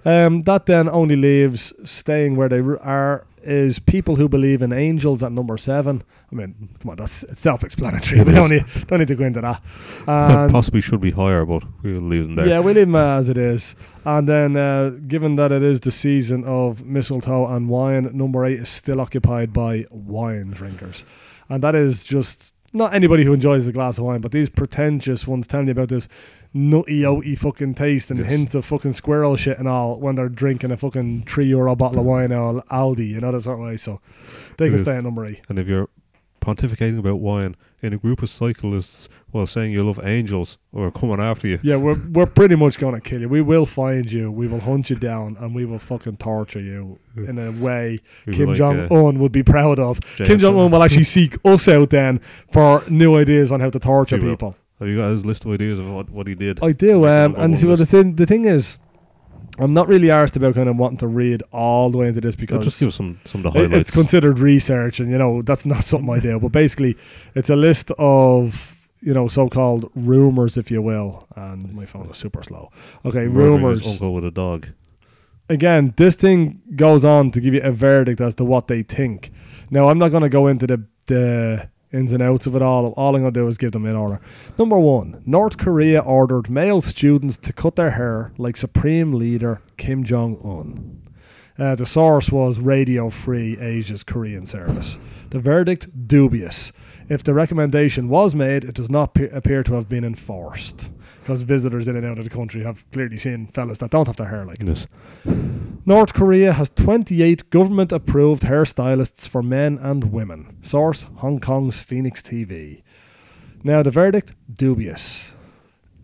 Um, that then only leaves staying where they r- are is people who believe in angels at number seven. I mean, come on, that's it's self-explanatory. It we don't is. need, don't need to go into that. And Possibly should be higher, but we'll leave them there. yeah, we leave them as it is. And then, uh, given that it is the season of mistletoe and wine, number eight is still occupied by wine drinkers. And that is just not anybody who enjoys a glass of wine, but these pretentious ones telling you about this nutty, oaty fucking taste and Yes. hints of fucking squirrel shit and all when they're drinking a fucking three euro bottle of wine out of Aldi, you know, that's not way. So they can Yes. stay at number eight. And if you're pontificating about wine in a group of cyclists while saying you love angels or coming after you, Yeah, we're we're pretty much gonna kill you. We will find you. We will hunt you down, and we will fucking torture you in a way You'll be Kim like, Jong uh, Un would be proud of. Kim James Jong Un will actually seek us out then for new ideas on how to torture He will. people. have you got his list of ideas of what, what he did? I do, Make a um, number and one see, well, the list. thing the thing is, I'm not really arsed about kind of wanting to read all the way into this because just give us some some of the it- highlights. It's considered research, and you know that's not something I do. But basically, it's a list of you know so-called rumors, if you will. And my phone is super slow. Okay, Murdering his rumors. Uncle with a dog. Again, this thing goes on to give you a verdict as to what they think. Now, I'm not going to go into the the ins and outs of it all. All I'm going to do is give them in order. Number one, North Korea ordered male students to cut their hair like Supreme Leader Kim Jong Un. Uh, the source was Radio Free Asia's Korean service. The verdict dubious. If the recommendation was made, it does not pe- appear to have been enforced because visitors in and out of the country have clearly seen fellas that don't have their hair like it. Yes. North Korea has 28 government approved hairstylists for men and women. Source Hong Kong's Phoenix TV. Now, the verdict dubious.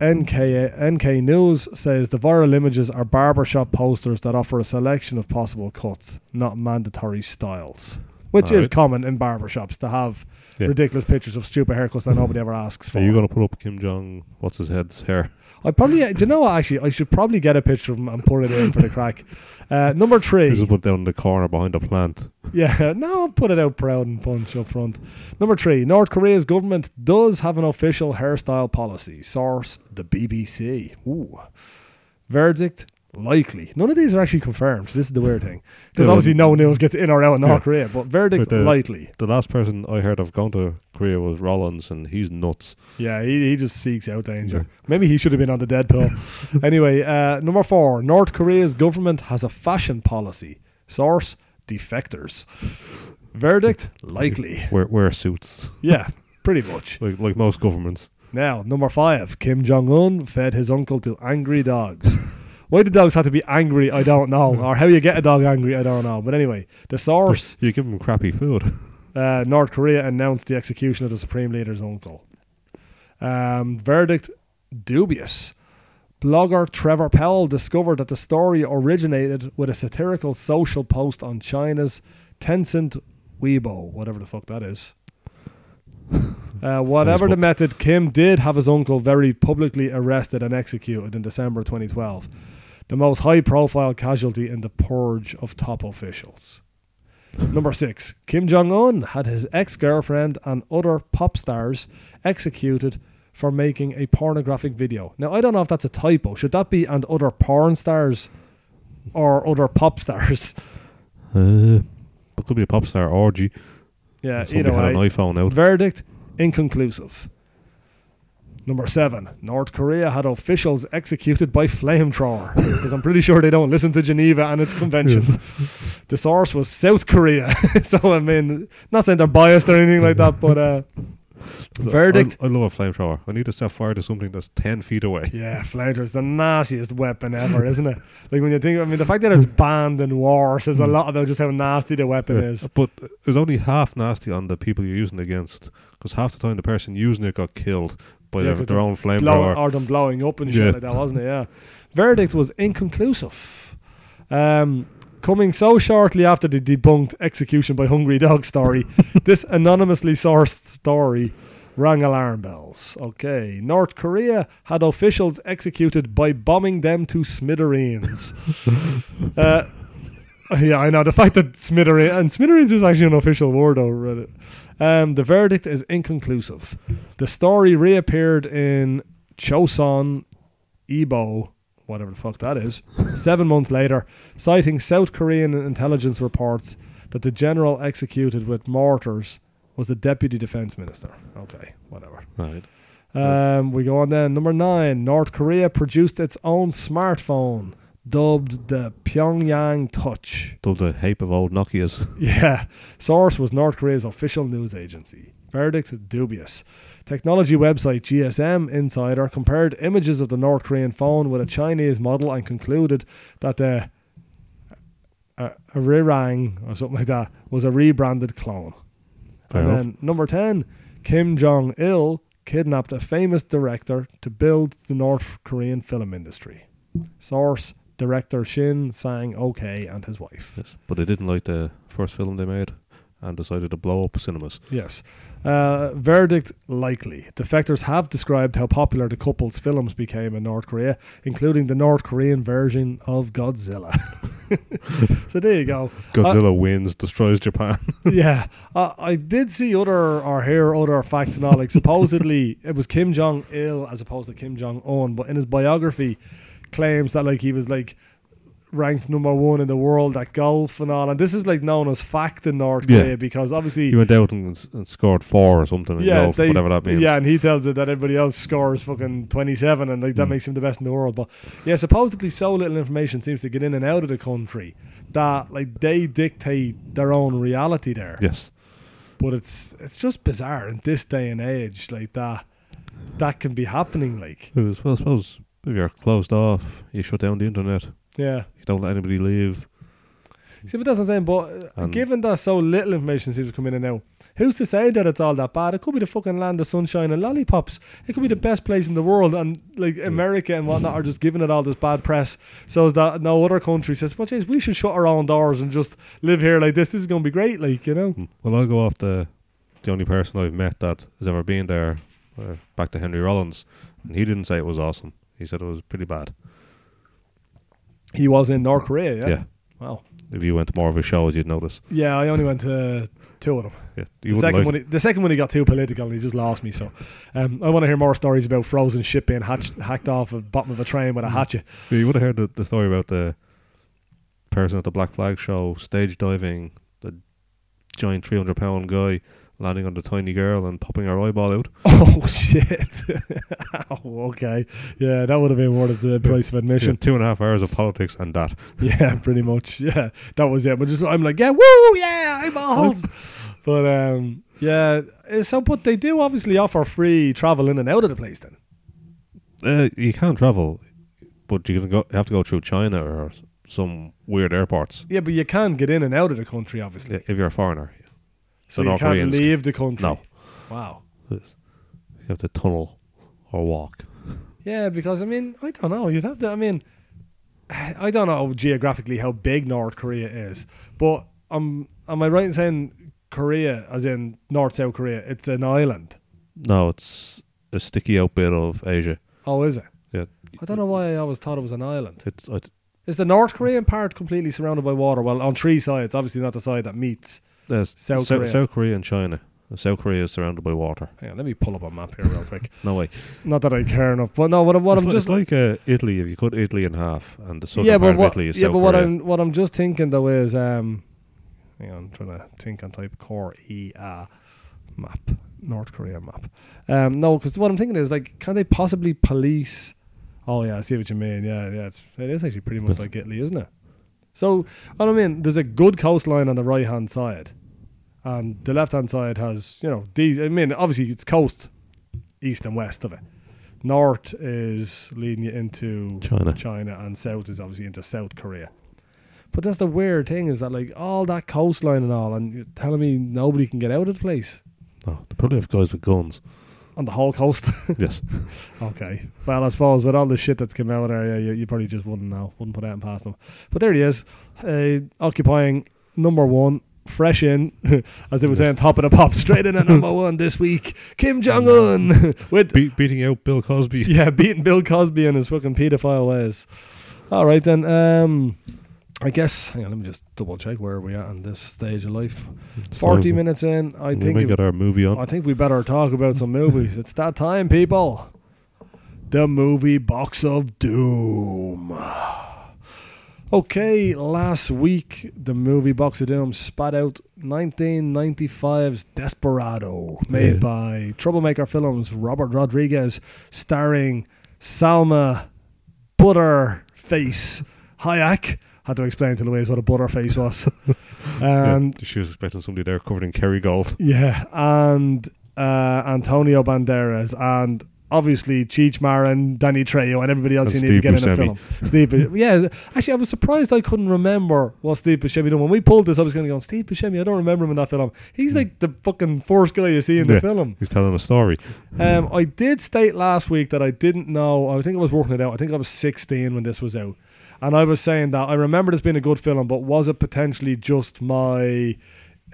NK, NK News says the viral images are barbershop posters that offer a selection of possible cuts, not mandatory styles. Which is Alright. common in barbershops to have Yeah. ridiculous pictures of stupid haircuts that nobody ever asks for. Are you going to put up Kim Jong? What's his head's hair? I probably, do you know what, actually? I should probably get a picture of him and put it in for the crack. Uh, number three. He just put down in the corner behind the plant. Yeah, no, I'll put it out proud and punch up front. Number three, North Korea's government does have an official hairstyle policy. Source, the BBC. Ooh. Verdict, likely. None of these are actually confirmed. This is the weird thing. Yeah, Because well- obviously no news gets in or out of North Yeah. Korea, but verdict, But, uh, likely. The last person I heard of going to Korea was Rollins, and he's nuts. Yeah, he, he just seeks out danger. Maybe he should have been on the dead pill. anyway, uh, number four, North Korea's government has a fashion policy. Source, defectors. Verdict, likely. Wear, wear suits, Yeah, pretty much. like like most governments. Now, number five, Kim Jong Un fed his uncle to angry dogs. Why the dogs had to be angry, I don't know, or how you get a dog angry, I don't know. But anyway, the source, You give them crappy food. uh, North Korea announced the execution of the supreme leader's uncle. Um, verdict dubious. Blogger Trevor Powell discovered that the story originated with a satirical social post on China's Tencent Weibo, whatever the fuck that is. Uh, whatever the Facebook. method, Kim did have his uncle very publicly arrested and executed in December 2012. The most high profile casualty in the purge of top officials. Number six, Kim Jong un had his ex girlfriend and other pop stars executed for making a pornographic video. Now, I don't know if that's a typo. Should that be and other porn stars or other pop stars? Uh, it could be a pop star orgy. Yeah, Somebody either had way. an iPhone out. Verdict inconclusive. Number seven, North Korea had officials executed by flamethrower because I'm pretty sure they don't listen to Geneva and its convention. The source was South Korea, so I mean, not saying they're biased or anything like that, but uh, So verdict. I, I love a flamethrower. I need to set fire to something that's ten feet away. Yeah, flounder is the nastiest weapon ever, isn't it? Like when you think, I mean, the fact that it's banned in war says a lot about just how nasty the weapon is. But it was only half nasty on the people you're using it against, because half the time the person using it got killed by Yeah, their, 'cause their they own Blow, flamethrower. or them blowing up and shit Yeah. like that, wasn't it? Yeah. Verdict was inconclusive. Um, coming so shortly after the debunked execution by hungry dog story, this anonymously sourced story rang alarm bells. Okay, North Korea had officials executed by bombing them to smithereens. uh, yeah, I know the fact that smithereens and smithereens is actually an official word over Reddit. Um, the verdict is inconclusive. The story reappeared in Choson Ebo, whatever the fuck that is, seven months later, citing South Korean intelligence reports that the general executed with mortars was the deputy defense minister. Okay, whatever. Right. Um, we go on then. Number nine, North Korea produced its own smartphone dubbed the Pyongyang Touch. Though the hype of old Nokia's. Yeah. Source was North Korea's official news agency. Verdict dubious. Technology website GSM Insider compared images of the North Korean phone with a Chinese model and concluded that the a, a Rirang or something like that was a rebranded clone. Fair and enough. then number 10, Kim Jong il kidnapped a famous director to build the North Korean film industry. Source director Shin Sang OK and his wife. Yes. But they didn't like the first film they made and decided to blow up cinemas. Yes. Uh, verdict likely. Defectors have described how popular the couple's films became in North Korea, including the North Korean version of Godzilla. so there you go. Uh, Godzilla wins, destroys Japan. yeah, I, I did see other or hear other facts and all. Like supposedly it was Kim Jong Il as opposed to Kim Jong Un, but in his biography, claims that like he was like ranked number one in the world at golf and all. And this is like known as fact in North Yeah. Korea because obviously he went out and, s- and scored four or something in golf, they- whatever that means. Yeah, and he tells it that everybody else scores fucking 27 and like that Mm. makes him the best in the world. But yeah, supposedly so little information seems to get in and out of the country that like they dictate their own reality there. Yes. But it's it's just bizarre in this day and age like that that can be happening like. Well, I suppose if you're closed off, you shut down the internet, Yeah. you don't let anybody leave. See, but that's what I'm saying. But uh And- given that so little information seems to come in and out, who's to say that it's all that bad? It could be the fucking land of sunshine and lollipops. It could be the best place in the world, and like America and whatnot are just giving it all this bad press, so that no other country says, "Well, geez, we should shut our own doors and just live here like this. This is going to be great." Like you know, Well, I'll go off the the only person I've met that has ever been there. Uh, back to Henry Rollins, and he didn't say it was awesome. He said it was pretty bad. he was in North Korea. Yeah. Yeah. Wow. If you went to more of his shows, you'd notice. Yeah, I only went to two of them. Yeah. The You wouldn't second, like one, he- the second one, he got too political and he just lost me. So, um, I want to hear more stories about frozen shit being hatched, hacked off the bottom of a train with a hatchet. Yeah, you would have heard the, the story about the person at the Black Flag show stage diving the giant 300 pound guy landing on the tiny girl and popping her eyeball out. Oh shit! oh, okay, yeah, that would have been worth the price of Yeah, admission. two and a half hours of politics and that. Yeah, pretty much. Yeah, that was it. But just I'm like, yeah, woo, yeah, I'm all. but um, yeah. eh, So, but they do obviously offer free travel in and out of the place. Then Uh, you can travel, but you can go, have to go through China or s- some weird airports yeah, but you can get in and out of the country, obviously. i- if you're a foreigner. so the you North can't Koreans can- leave the country. No. Wow. It's- You have to tunnel or walk. Yeah, because I mean, I don't know. You'd have to. I mean, I don't know geographically how big North Korea is, but um, am I right in saying Korea, as in North South Korea, it's an island? No, it's a sticky out bit of Asia. Oh, is it? Yeah, I don't know why I always thought it was an island. it's, it's, Is the North Korean part completely surrounded by water? Well, on three sides, obviously not the side that meets. there's South Sou- Korea. South Korea and China. South Korea is surrounded by water. Hang on, let me pull up a map here real quick. No way. not that I care enough, but no, what, I'm- what it's I'm li- just it's like uh, Italy. If you cut Italy in half, and the southern part of Italy is yeah, South but what Korea. I'm what I'm just thinking though is um, hang on, I'm trying to think and type core E R map North Korea map. Um, no, because what I'm thinking is like, can they possibly police? Oh yeah, I see what you mean. Yeah, yeah, it's it is actually pretty much like Italy, isn't it? So what I mean, there's a good coastline on the right hand side, and the left hand side has you know these. I mean, obviously it's coast, east and west of it. North is leading you into China. China, and south is obviously into South Korea. But that's the weird thing is that like all that coastline and all, and you're telling me nobody can get out of the place. Oh, No, they probably have guys with guns. on the whole coast. yes. okay. Well, I suppose with all the shit that's come out of there, yeah, you, you probably just wouldn't know, wouldn't put out past them. But there he is, uh, occupying number one, fresh in, as they were Yes. saying, top of the pop, straight in at number one this week, Kim Jong Un with Be- beating out Bill Cosby. yeah, beating Bill Cosby and his fucking pedophile ways. All right then. Um, I guess. Hang on, let me just double check where we at in this stage of life. Forty Fine. minutes in, I we think. may get our movie on. I think we better talk about some movies. It's that time, people. The movie Box of Doom. Okay, last week the movie Box of Doom spat out 1995's Desperado, made Yeah. by Troublemaker Films, Robert Rodriguez, starring Salma Butterface Hayek. Had to explain to Louise what a butterface was. Yeah, and she was expecting somebody there covered in Kerry Gold. yeah, and uh, Antonio Banderas, and obviously Cheech Marin, Danny Trejo, and everybody else And you need to Steve get in a film. Buscemi. Steve, Bus- yeah. Actually, I was surprised I couldn't remember what Steve Buscemi done. When we pulled this, I was going to go, Steve Buscemi. I don't remember him in that film. He's like the fucking first guy you see in the Hmm. Yeah. film. He's telling a story. Um, I did state last week that I didn't know. I think I was working it out. I think I was 16 when this was out. And I was saying that I remember this being a good film, but was it potentially just my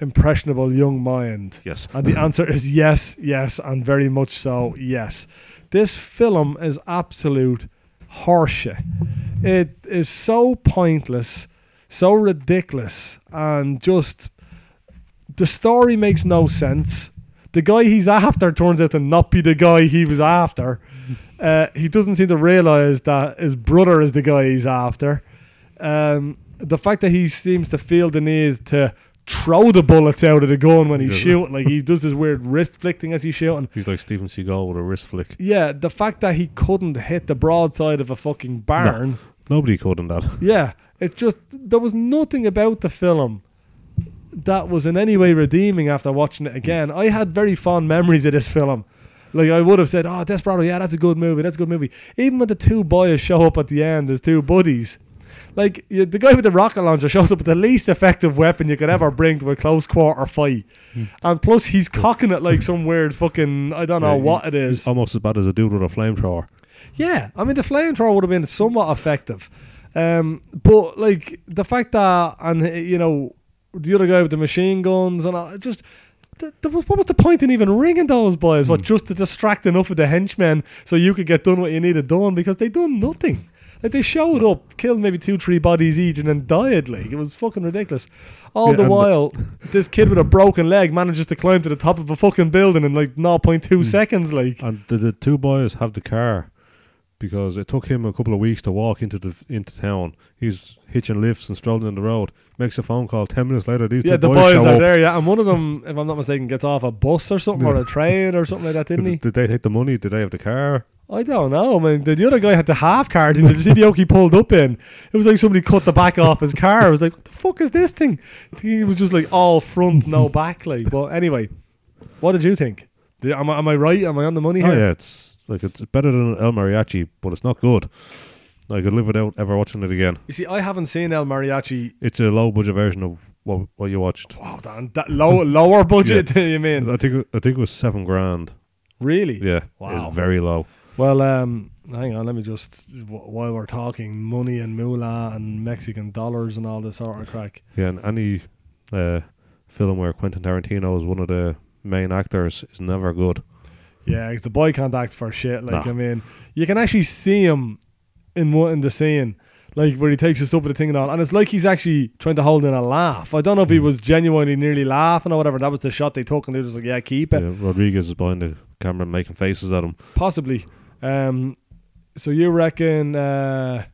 impressionable young mind? Yes. And the answer is yes, yes, and very much so, yes. This film is absolute horseshit. It is so pointless, so ridiculous, and just the story makes no sense. The guy he's after turns out to not be the guy he was after. Uh, he doesn't seem to realize that his brother is the guy he's after. Um, the fact that he seems to feel the need to throw the bullets out of the gun when he's Yeah. shooting, like he does his weird wrist flicking as he's shooting. He's like Steven Seagal with a wrist flick. Yeah, the fact that he couldn't hit the broadside of a fucking barn. Nobody called him that. Yeah, it's just there was nothing about the film that was in any way redeeming after watching it again. I had very fond memories of this film. Like I would have said, "Oh, Desperado, yeah, that's a good movie. That's a good movie." Even when the two boys show up at the end as two buddies, like you, the guy with the rocket launcher shows up with the least effective weapon you could ever bring to a close quarter fight, Hmm. and plus he's cocking it like some weird fucking I don't know Yeah, what it He's is. almost as bad as a dude with a flamethrower. Yeah, I mean the flamethrower would have been somewhat effective, um, but like the fact that and uh, you know the other guy with the machine guns and all, it just. th- th- What was the point in even ringing those boys? Hmm. What just to distract enough of the henchmen so you could get done what you needed done because they done nothing. Like they showed up, killed maybe two, three bodies each, and then died. Like it was fucking ridiculous. All Yeah, the and- while, this kid with a broken leg manages to climb to the top of a fucking building in like 0.2 Hmm. seconds. Like And the, the two boys have the car because it took him a couple of weeks to walk into the into town. He's hitching lifts and strolling in the road. Makes a phone call. Ten minutes later, these Yeah, the two boys, boys show are up. there, yeah. And one of them, if I'm not mistaken, gets off a bus or something, or a train or something like that, didn't he? Did, did they take the money? Did they have the car? I don't know. I mean, the, the other guy had the half car. Did you see the yoke he pulled up in? It was like somebody cut the back off his car. I was like, what the fuck is this thing? He was just like all front, no back. Like, but anyway, what did you think? Did, am, I, am I right? Am I on the money here? Oh yeah, it's like it's better than El Mariachi, but it's not good. I could live without ever watching it again. You see, I haven't seen El Mariachi. It's a low budget version of what what you watched. Wow, Dan, that low, lower budget. you mean I think it- I think it was seven grand. really? Yeah, Wow. it's very low. Well, um, hang on. Let me just wh- while we're talking money and moolah and Mexican dollars and all this sort of crack. Yeah, and any uh, film where Quentin Tarantino is one of the main actors is never good. Yeah, 'cause the boy can't act for shit. Like Nah. I mean, you can actually see him in one in the scene, like where he takes us up with the thing and all, and it's like he's actually trying to hold in a laugh. I don't know Mm. if he was genuinely nearly laughing or whatever. That was the shot they took, and they were just like, "Yeah, keep it." Yeah, Rodriguez is behind the camera making faces at him. Possibly. Um, so you reckon? Uh,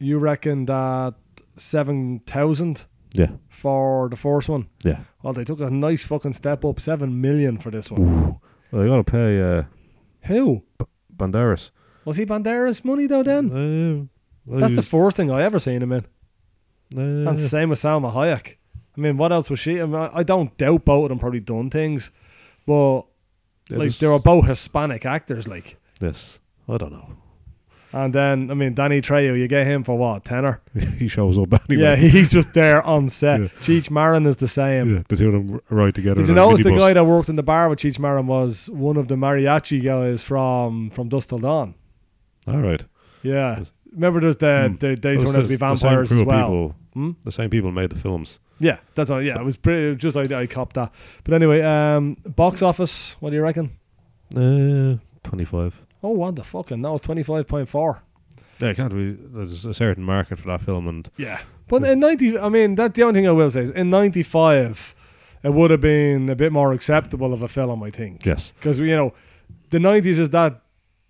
you reckon that seven thousand Yeah, for the first one? yeah. Well, they took a nice fucking step up, seven million for this one. Well, they got to pay uh, Who Banderas. was he? Banderas money though. Then Uh, well, that's the he's- first thing I ever seen him in. uh, And same with Salma Hayek. I mean, what else was she? I, mean, I I don't doubt both of them probably done things, but yeah, like this- they were both Hispanic actors. Like this. I don't know. And then, I mean, Danny Trejo, you get him for what, tenner? he shows up anyway. Yeah, he's just there on set. Yeah. Cheech Marin is the same. Yeah, the two of them r- ride together. Did you in a notice the minibus. guy that worked in the bar with Cheech Marin was one of the mariachi guys from from Dust Till Dawn? All right. Yeah. Yes. Remember, there's the Hmm. they, they It was turned out to be the- the same vampires crew as of well. People, Hmm? The same people made the films. Yeah, that's all. Yeah, it was pretty. It was just I, I copped that. But anyway, um, box office. What do you reckon? Uh, 25. Oh, what the fucking? That was twenty five point four. Yeah, it can't be. There's a certain market for that film, and Yeah, but in ninety, I mean, that's the only thing I will say is in ninety five, it would have been a bit more acceptable of a film, I think, yes, because you know, the nineties is that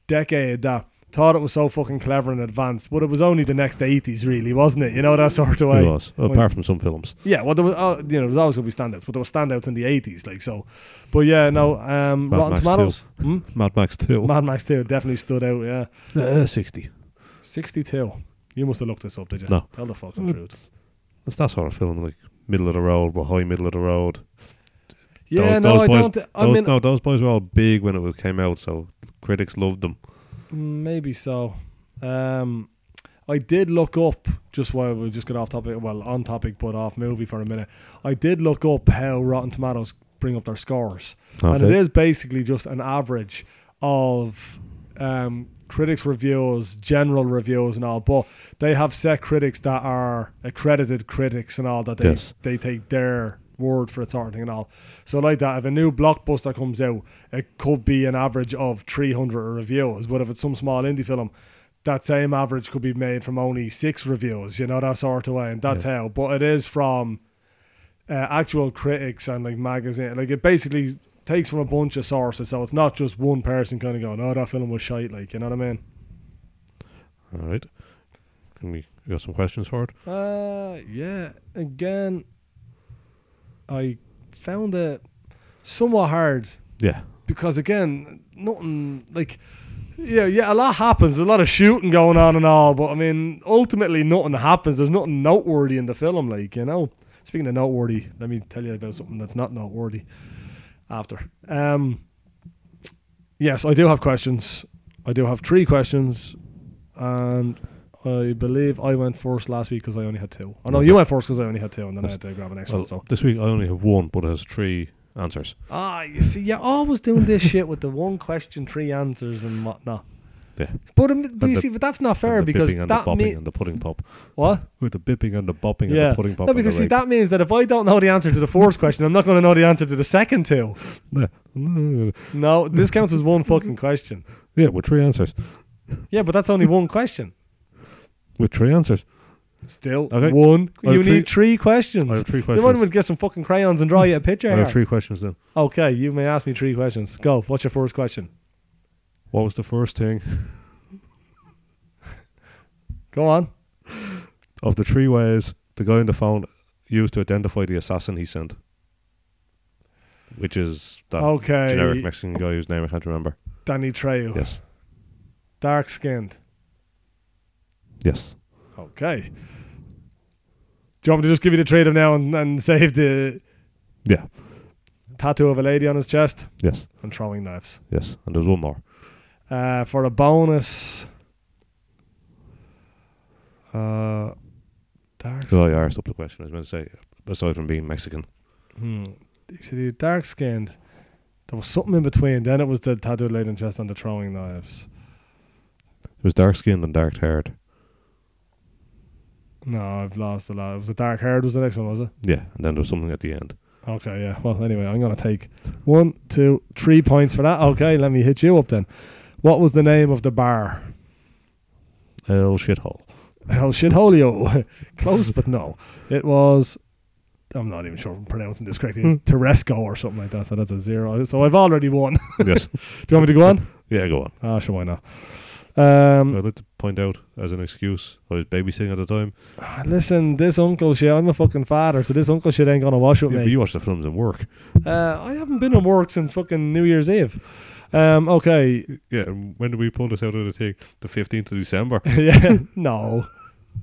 decade that thought it was so fucking clever and advanced, but it was only the next eighties, really, wasn't it? You know that sort of way. it was. Oh, Apart from some films, Yeah, well, there was uh, you know there's always gonna be standouts, but there were standouts in the eighties, like so. But yeah, no, um, Mad Rotten Max Tomatoes, hmm? Mad Max Two, Mad Max Two definitely stood out. Yeah, uh, 60. sixty-two. You must have looked this up, did you? No. Tell the fucking truth. It's that sort of film, like middle of the road, but high middle of the road. Yeah, no, those, those I boys, don't. thi- I those, mean, no, those boys were all big when it was- came out, so critics loved them. mm, maybe so. Um, I did look up just while we just got off topic. Well, on topic, but off movie for a minute. I did look up how Rotten Tomatoes bring up their scores. Oh, and it is basically just an average of um, critics reviews, general reviews, and all. But they have set critics that are accredited critics and all that they Yes. they take their word for it sort of thing and all. So like that, if a new blockbuster comes out, it could be an average of 300 reviews. But if it's some small indie film. That same average could be made from only six reviews, you know, that sort of way, and that's how. But it is from uh, actual critics and like magazine. Like it basically takes from a bunch of sources, so it's not just one person kind of going, "Oh, that film was shite." Like you know what I mean? all right. Can we you got some questions for it? Uh, yeah. Again, I found it somewhat hard Yeah, because again, nothing like. Yeah, yeah, a lot happens. There's a lot of shooting going on and all, but I mean, ultimately, nothing happens. There's nothing noteworthy in the film, like, you know. Speaking of noteworthy, let me tell you about something that's not noteworthy after. Um, yes, I do have questions. I do have three questions, and I believe I went first last week because I only had two. Oh, no, you went first because I only had two, and then I had to grab an extra Well, one. So. this week I only have one, but it has three answers. Ah, you see, you're always doing this shit with the one question, three answers, and whatnot. Yeah, But, um, but you the- see, but that's not fair and the because bipping and the that bopping means and the pudding pop. what? With the bipping and the bopping and Yeah, the pudding pop. no, and the because see, rape. that means that if I don't know the answer to the first question, I'm not going to know the answer to the second two. Yeah. No, this counts as one fucking question. yeah, with three answers. Yeah, but that's only one question. With three answers. Still Okay. one. I have You three- need three questions. I have three The one questions. would get some fucking crayons and draw you a picture. I here. have three questions then. Okay, you may ask me three questions. Go. What's your first question? What was the first thing Go on. of the three ways the guy on the phone used to identify the assassin he sent? Which is that Okay. generic Mexican guy whose name I can't remember. Danny Trejo, Yes. dark skinned. Yes. Okay. Do you want me to just give you the trade of now and, and save the Yeah. tattoo of a lady on his chest Yes. and throwing knives? Yes. And there's one more. Uh, for a bonus. Uh, dark So I asked up the question. I was meant to say, aside from being Mexican. Hmm. He said he dark skinned. There was something in between. Then it was the tattooed lady in chest and the throwing knives. It was dark skinned and dark haired. No, I've lost a lot. It was the dark haired was the next one, was it? Yeah. And then there was something at the end. Okay, yeah. Well, anyway, I'm going to take one, two, three points for that. Okay, let me hit you up then. What was the name of the bar? El shithole. El Shitholio. Close, but no. It was. I'm not even sure if I'm pronouncing this correctly. It's Teresco or something like that. So that's a zero. So I've already won. yes. Do you want me to go on? Yeah, go on. Ah, sure, why not? Um, I'd like to point out, as an excuse, I was babysitting at the time. listen, this uncle shit. I'm a fucking father, so this uncle shit ain't gonna wash with Yeah, but me. you watch the films in work. Uh, I haven't been at work since fucking New Year's Eve. Um, okay, Yeah, and when did we pull this out of the thing? The 15th of December. yeah, no,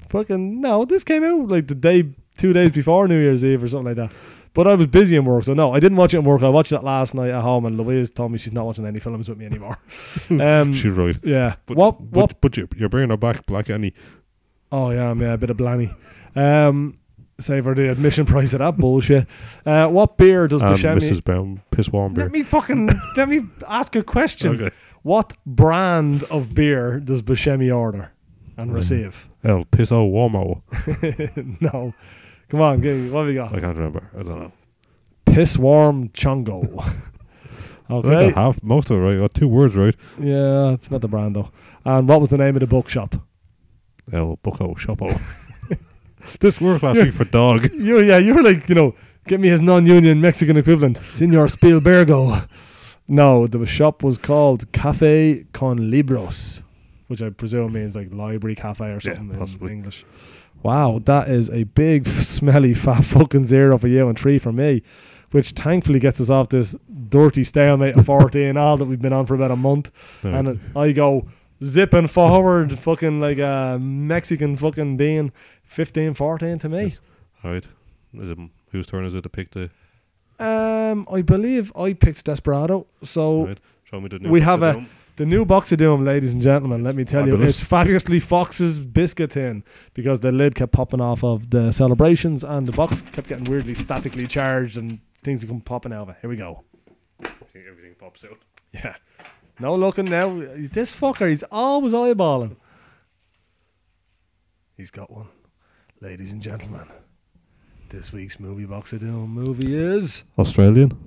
fucking no. This came out like the day, two days before New Year's Eve or something like that. But I was busy in work, so no, I didn't watch it in work. I watched it last night at home, and Louise told me she's not watching any films with me anymore. Um, She's right. yeah. But, what? but, What? But you're, you're bringing her back, Black Annie. Oh yeah, yeah, a bit of blanny. Um, save her the admission price of that bullshit. Uh, what beer does And Buscemi? Mrs. um, Brown, piss warm beer. Let me fucking let me ask a question. Okay. What brand of beer does Buscemi order and receive? El Piso Warmo. no. Come on, give, what have we got? I can't remember. I don't know. Piss warm chongo. I think I okay. have most of it right. I got two words right. Yeah, it's not the brand though. And what was the name of the bookshop? El Bucco Shopo. this worked last week for dog. You yeah, you're like, you know, get me his non union Mexican equivalent. Senor Spielbergo. No, the shop was called Cafe Con Libros, which I presume means like library cafe or Yeah, something in possibly. English. Wow, that is a big, smelly, fat fucking zero for you and three for me, which thankfully gets us off this dirty stalemate of 14 all that we've been on for about a month. No. And I go zipping forward, fucking like a Mexican fucking being, 15, 14 to me. All right. Is it, whose turn is it to pick the. Um, I believe I picked Desperado. So Right. Show me the new. Oh, we bits have of a- them. the new box of Doom, ladies and gentlemen, let me tell you, Fabulous. it's fabulously Fox's biscuit tin because the lid kept popping off of the celebrations and the box kept getting weirdly statically charged and things come popping out of it. Here we go. Everything pops out. Yeah. No looking now. This fucker, he's always eyeballing. He's got one. Ladies and gentlemen, this week's movie box of Doom movie is. Australian?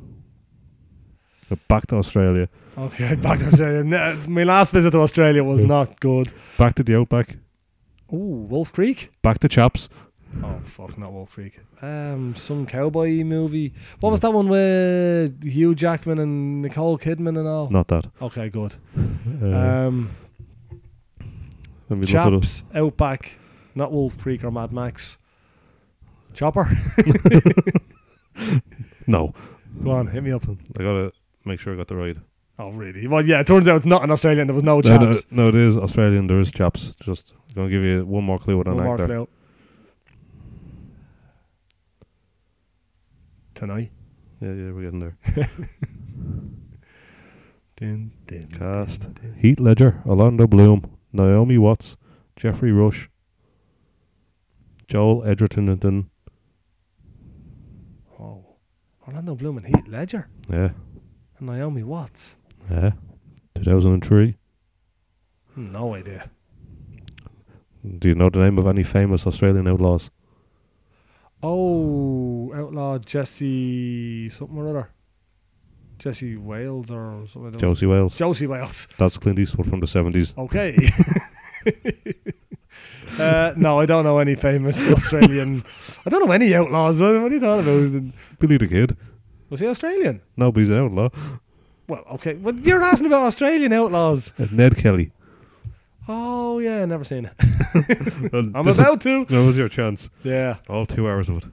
Go back to Australia. Okay, back to Australia. No, My last visit to Australia was not good. Back to the Outback. Ooh, Wolf Creek? Back to Chaps. Oh, fuck, not Wolf Creek. Um, some cowboy movie. What was that one with Hugh Jackman and Nicole Kidman and all? Not that. Okay, good. Uh, Um, let me look it up. Chaps, Outback, not Wolf Creek or Mad Max. Chopper? No. Go on, hit me up. I gotta make sure I got the right. Oh, really? Well, yeah, it turns out it's not an Australian. There was no No, no, Chaps. no, it is Australian. There is Chaps. Just gonna give you one more clue with an One more actor. clue. Tonight. Yeah, yeah, we're getting there. Din, din, Cast. din, din. Heat Ledger, Orlando Bloom, Naomi Watts, Jeffrey Rush, Joel Edgerton, and then Oh, Orlando Bloom and Heath Ledger yeah, and Naomi Watts. yeah, 2003. No idea. Do you know the name of any famous Australian outlaws? Oh, Outlaw Jesse something or other. Jesse Wales or something. like that. Josie Wales. Josie Wales. That's Clint Eastwood from the 70s. Okay. uh, no, I don't know any famous Australian. I don't know any outlaws. Uh, What are you talking about? Billy the Kid. Was he Australian? No, but he's an outlaw. Well, okay. Well, you're asking about Australian outlaws. Uh, Ned Kelly. Oh yeah, never seen it. And I'm this is- about to. That was your chance. Yeah. All two hours of it.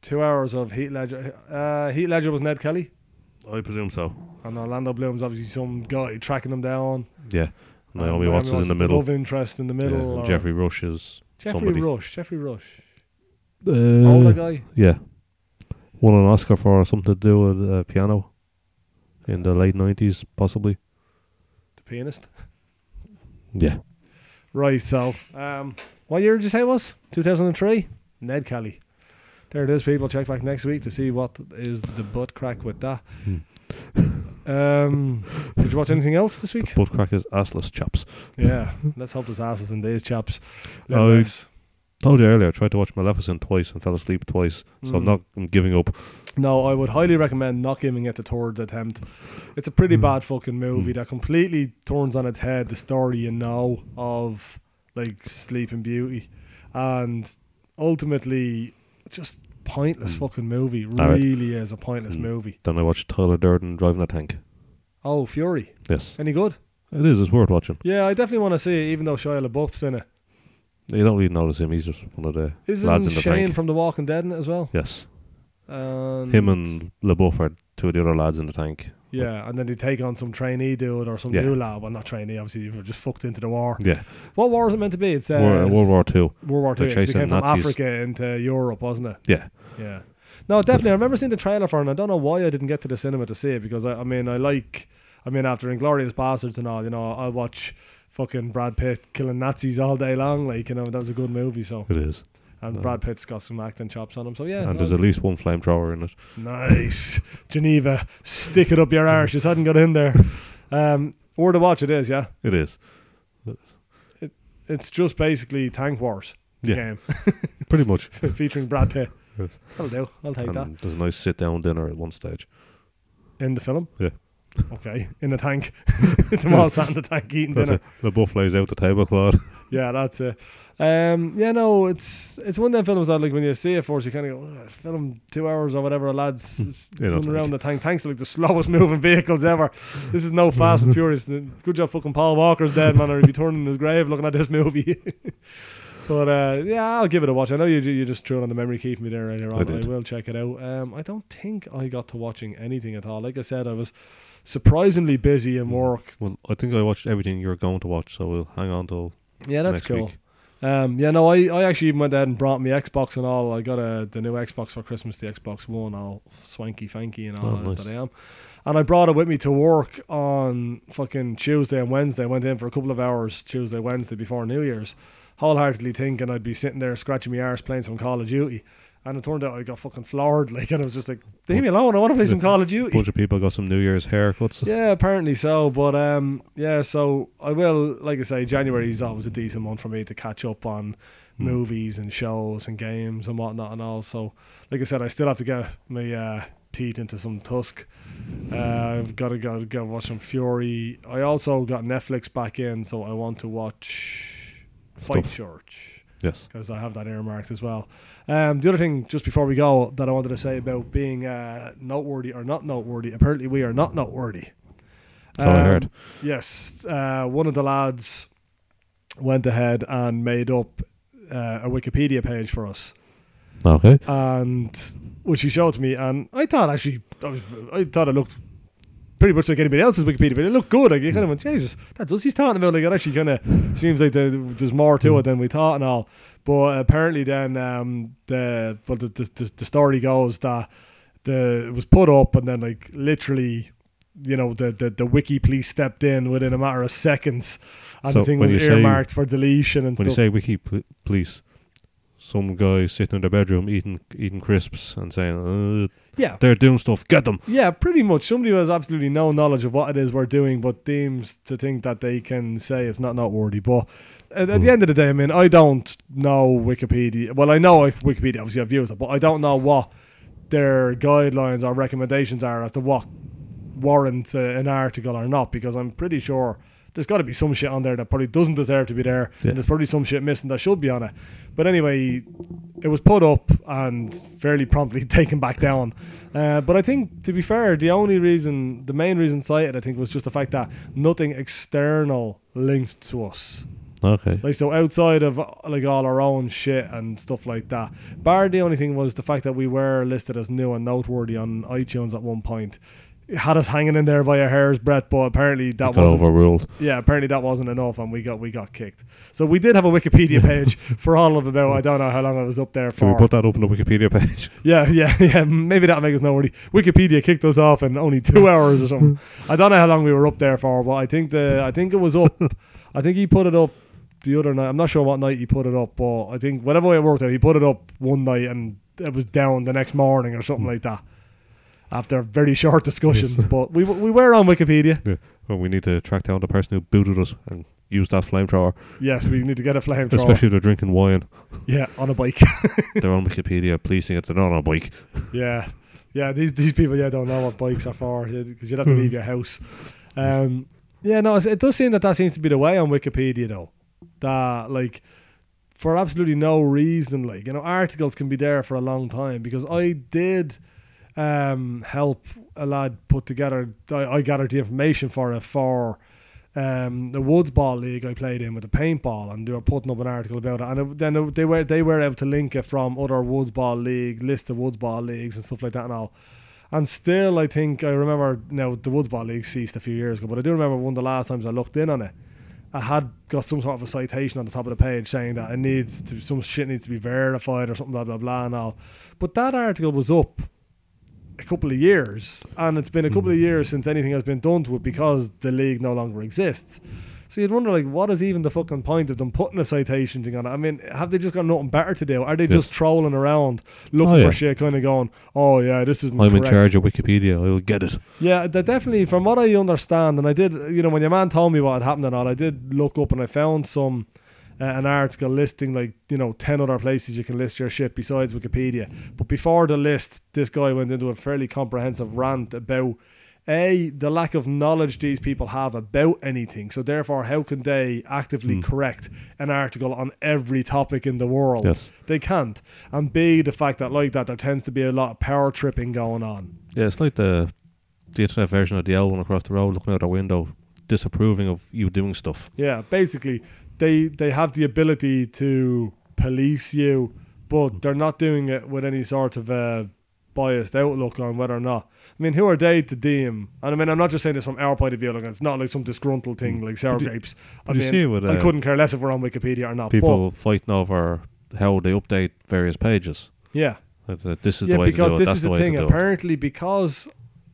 Two hours of Heat Ledger. Uh, Heat Ledger was Ned Kelly, I presume so. and Orlando Bloom's obviously some guy tracking him down. Um, Yeah. And Naomi Watts is in the middle. Love interest in the Yeah, middle. and or- Jeffrey Rush is Jeffrey somebody. Rush. Jeffrey Rush. Uh, Older guy. Yeah. Won an Oscar for something to do with uh, piano in the late 90s, possibly. The pianist. Yeah. Right. So, um, what year did you say it was? Two thousand and three. Ned Kelly. There it is, people. Check back next week to see what is the butt crack with that. Hmm. um, did you watch anything else this week? Butt crack is assless chaps. Yeah. Let's hope there's asses in these chaps. Oh, Let it's- Told you earlier, I tried to watch Maleficent twice and fell asleep twice, so I'm Mm. not I'm giving up. No, I would highly recommend not giving it the third attempt. It's a pretty Hmm. bad fucking movie that completely turns on its head the story you know of like Sleeping Beauty, and ultimately just pointless fucking movie. Hmm. All right. Hmm. Really is a pointless movie. Then I watched Tyler Durden driving a tank. Oh, Fury, Yes. any good? It is, it's worth watching. Yeah, I definitely want to see it, even though Shia LaBeouf's in it. You don't really notice him, he's just one of the lads Isn't in the Shane tank. from The Walking Dead in it as well? yes. And Him and Mm. LeBeouf are two of the other lads in the tank. yeah, and then they take on some trainee dude or some Yeah. new lad. Well, not trainee, obviously. They were just fucked into the war. Yeah. What war is it meant to be? It's uh, World, World War Two. World War They're Two. They chasing came from Nazis. Africa into Europe, wasn't it? Yeah. Yeah. No, definitely. I remember seeing the trailer for it, and I don't know why I didn't get to the cinema to see it because I, I mean, I like, I mean, after Inglorious Bastards and all, you know, I watch fucking Brad Pitt killing Nazis all day long. Like, you know, that was a good movie. So, It is. and No. Brad Pitt's got some acting chops on him. So yeah, and no, there's at least one flamethrower in it. Nice. Geneva, stick it up your arse. Just hadn't got in there. Um, or to watch it is, yeah. It is. It's just basically Tank Wars the Yeah. game Pretty much. featuring Brad Pitt. Yes. That'll do. I'll take that. And there's a nice sit down dinner at one stage. In the film? Yeah. Okay. In the tank. Them all sat in the tank eating That's dinner. it. The buff lays out the tablecloth. Yeah, that's it. Um, yeah, no, it's it's one of them films that like when you see it first, you kind of go, "Ugh, film two hours or whatever. A lads In a running tank. around the tank. Tanks are like the slowest moving vehicles ever. This is no Hmm. Fast and Furious. Good job, fucking Paul Walker's dead man, or he'd be turning in his grave looking at this movie. but uh, yeah, I'll give it a watch. I know you you just threw it on the memory key for me there earlier on. I, did. will check it out. Um, I don't think I got to watching anything at all. Like I said, I was surprisingly busy Hmm. in work Well, I think I watched everything you're going to watch, so we'll hang on till yeah, that's next cool. week. Um, yeah, no, I, I actually even went out and brought me Xbox and all. I got a, the new Xbox for Christmas, the Xbox One, all swanky fanky and all Oh, nice. that I am. And I brought it with me to work on fucking Tuesday and Wednesday. Went in for a couple of hours Tuesday, Wednesday before New Year's, wholeheartedly thinking I'd be sitting there scratching my arse playing some Call of Duty. And it turned out I got fucking floored, like, and I was just like, leave me alone, I want to play some Call of A Duty. bunch of people got some New Year's haircuts. Yeah, apparently so. But um, yeah, so I will, like I say, January is always a decent month for me to catch up on movies and shows and games and whatnot and all. So, like I said, I still have to get my uh, teeth into some Tusk. Uh, I've got to go, go watch some Fury. I also got Netflix back in, so I want to watch Fight Stuff. Church Yes. because I have that earmarked as well. Um, the other thing, just before we go, that I wanted to say about being uh, noteworthy or not noteworthy. Apparently, we are not noteworthy. That's Um, all I heard. Yes, uh, one of the lads went ahead and made up uh, a Wikipedia page for us, Okay. and which he showed to me, and I thought actually, I, was, I thought it looked. Pretty much like anybody else's Wikipedia, but it looked good. Like you kind of went, Jesus, that's us he's talking about. Like it actually kind of seems like there, there's more to it than we thought and all. But apparently, then um, the well, the, the the- the story goes that the it was put up, and then like literally, you know, the the, the wiki police stepped in within a matter of seconds, and So the thing when was you say- earmarked for deletion and When you stuff. say wiki pl- police, some guy sitting in their bedroom eating eating crisps and saying, uh, yeah, they're doing stuff, get them. yeah, pretty much. Somebody who has absolutely no knowledge of what it is we're doing, but deems to think that they can say it's not noteworthy. But at, at the end of the day, I mean, I don't know Wikipedia. Well, I know if Wikipedia obviously I've used it, but I don't know what their guidelines or recommendations are as to what warrants uh, an article or not, because I'm pretty sure there's got to be some shit on there that probably doesn't deserve to be there, Yeah. and there's probably some shit missing that should be on it. But anyway, it was put up and fairly promptly taken back down. Uh, but I think, to be fair, the only reason, the main reason cited, I think, was just the fact that nothing external linked to us. Okay. Like so, outside of like all our own shit and stuff like that. Bar the only thing was the fact that we were listed as new and noteworthy on iTunes at one point. It had us hanging in there by a hair's breadth, but apparently that got wasn't. overruled. Yeah, apparently that wasn't enough, and we got we got kicked. So we did have a Wikipedia page for all of about I don't know how long I was up there Can for. we put that up on the Wikipedia page? Yeah, yeah, yeah. Maybe that'll make us noteworthy. Wikipedia kicked us off in only two hours or something. I don't know how long we were up there for, but I think the I think it was up. I think he put it up the other night. I'm not sure what night he put it up, but I think whatever way it worked out, he put it up one night and it was down the next morning or something like that. After very short discussions, but we we were on Wikipedia. yeah. Well, we need to track down the person who booted us and use that flamethrower, Yes, we need to get a flamethrower. especially if they're drinking wine. yeah, on a bike. they're on Wikipedia policing it, they're not on a bike. yeah, yeah. These these people, yeah, don't know what bikes are for because you'd have to leave your house. Um, yeah, no, it's- it does seem that that seems to be the way on Wikipedia though. That like for absolutely no reason, like you know, articles can be there for a long time because I did um, help a lad put together. I, I gathered the information for it for um, the Woods Ball League I played in with the paintball, and they were putting up an article about it. And it, then it- they were they were able to link it from other Woods Ball League list of Woods Ball leagues and stuff like that and all. And still, I think I remember now the Woods Ball League ceased a few years ago, but I do remember one of the last times I looked in on it. I had got some sort of a citation on the top of the page saying that it needs to some shit needs to be verified or something blah blah blah and all. But that article was up a couple of years, and it's been a couple of Mm. years since anything has been done to it because the league no longer exists. So you'd wonder, like, what is even the fucking point of them putting a citation thing on it? I mean, have they just got nothing better to do? Are they just Yes. trolling around looking Oh, yeah. for shit, kind of going, "Oh yeah, this isn't." I'm in correct." charge of Wikipedia. I will get it. Yeah, they definitely. From what I understand, and I did, you know, when your man told me what had happened and all, I did look up and I found some uh, an article listing like you know ten other places you can list your shit besides Wikipedia. But before the list, this guy went into a fairly comprehensive rant about a the lack of knowledge these people have about anything. So therefore, how can they Hmm. actively correct an article on every topic in the world? Yes. They can't. And b the fact that like that there tends to be a lot of power tripping going on. Yeah, it's like the the internet version of the L one across the road looking out the window, disapproving of you doing stuff. Yeah, basically, they they have the ability to police you, but they're not doing it with any sort of uh, biased outlook on whether or not. I mean, who are they to deem? And I mean, I'm not just saying this from our point of view. Like, it's not like some disgruntled thing like sour But Mm. you- grapes. I but you mean, see with, I uh, couldn't care less if we're on Wikipedia or not. People fighting over how they update various pages. but, yeah. That- that This is yeah, the way because to do it. this That's is the, the, way thing. to do it. Apparently, because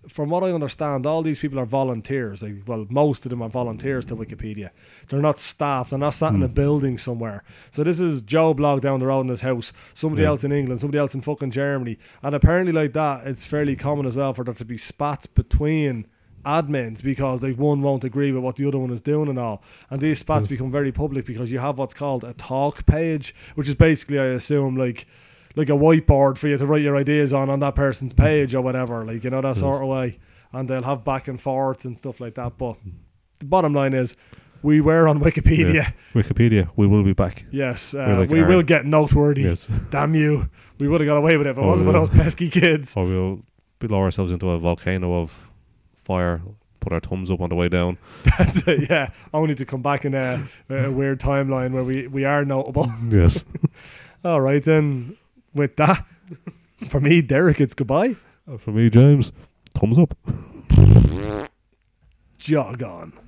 from what I understand, all these people are volunteers. Like, well, most of them are volunteers to Wikipedia. They're not staff. They're not sat Hmm. in a building somewhere. So this is Joe Blog down the road in his house. Somebody Yeah. else in England. Somebody else in fucking Germany. And apparently, like that, it's fairly Hmm. common as well for there to be spats between admins because like one won't agree with what the other one is doing and all and these spats become very public because you have what's called a talk page which is basically i assume like like a whiteboard for you to write your ideas on on that person's page or whatever, like you know that sort of way. And they'll have back and forths and stuff like that. But the bottom line is, we were on Wikipedia. Yeah. Wikipedia, we will be back. Yes, uh, We're like we Aaron. will get noteworthy. Yes. Damn you! We would have got away with it if it Oh, wasn't yeah. for those pesky kids. Or we'll blow ourselves into a volcano of fire, put our thumbs up on the way down. That's it, yeah, only to come back in a, a weird timeline where we we are notable. Yes. All right then. With that, for me, Derek, it's goodbye. Uh, For me, James, thumbs up. Jog on.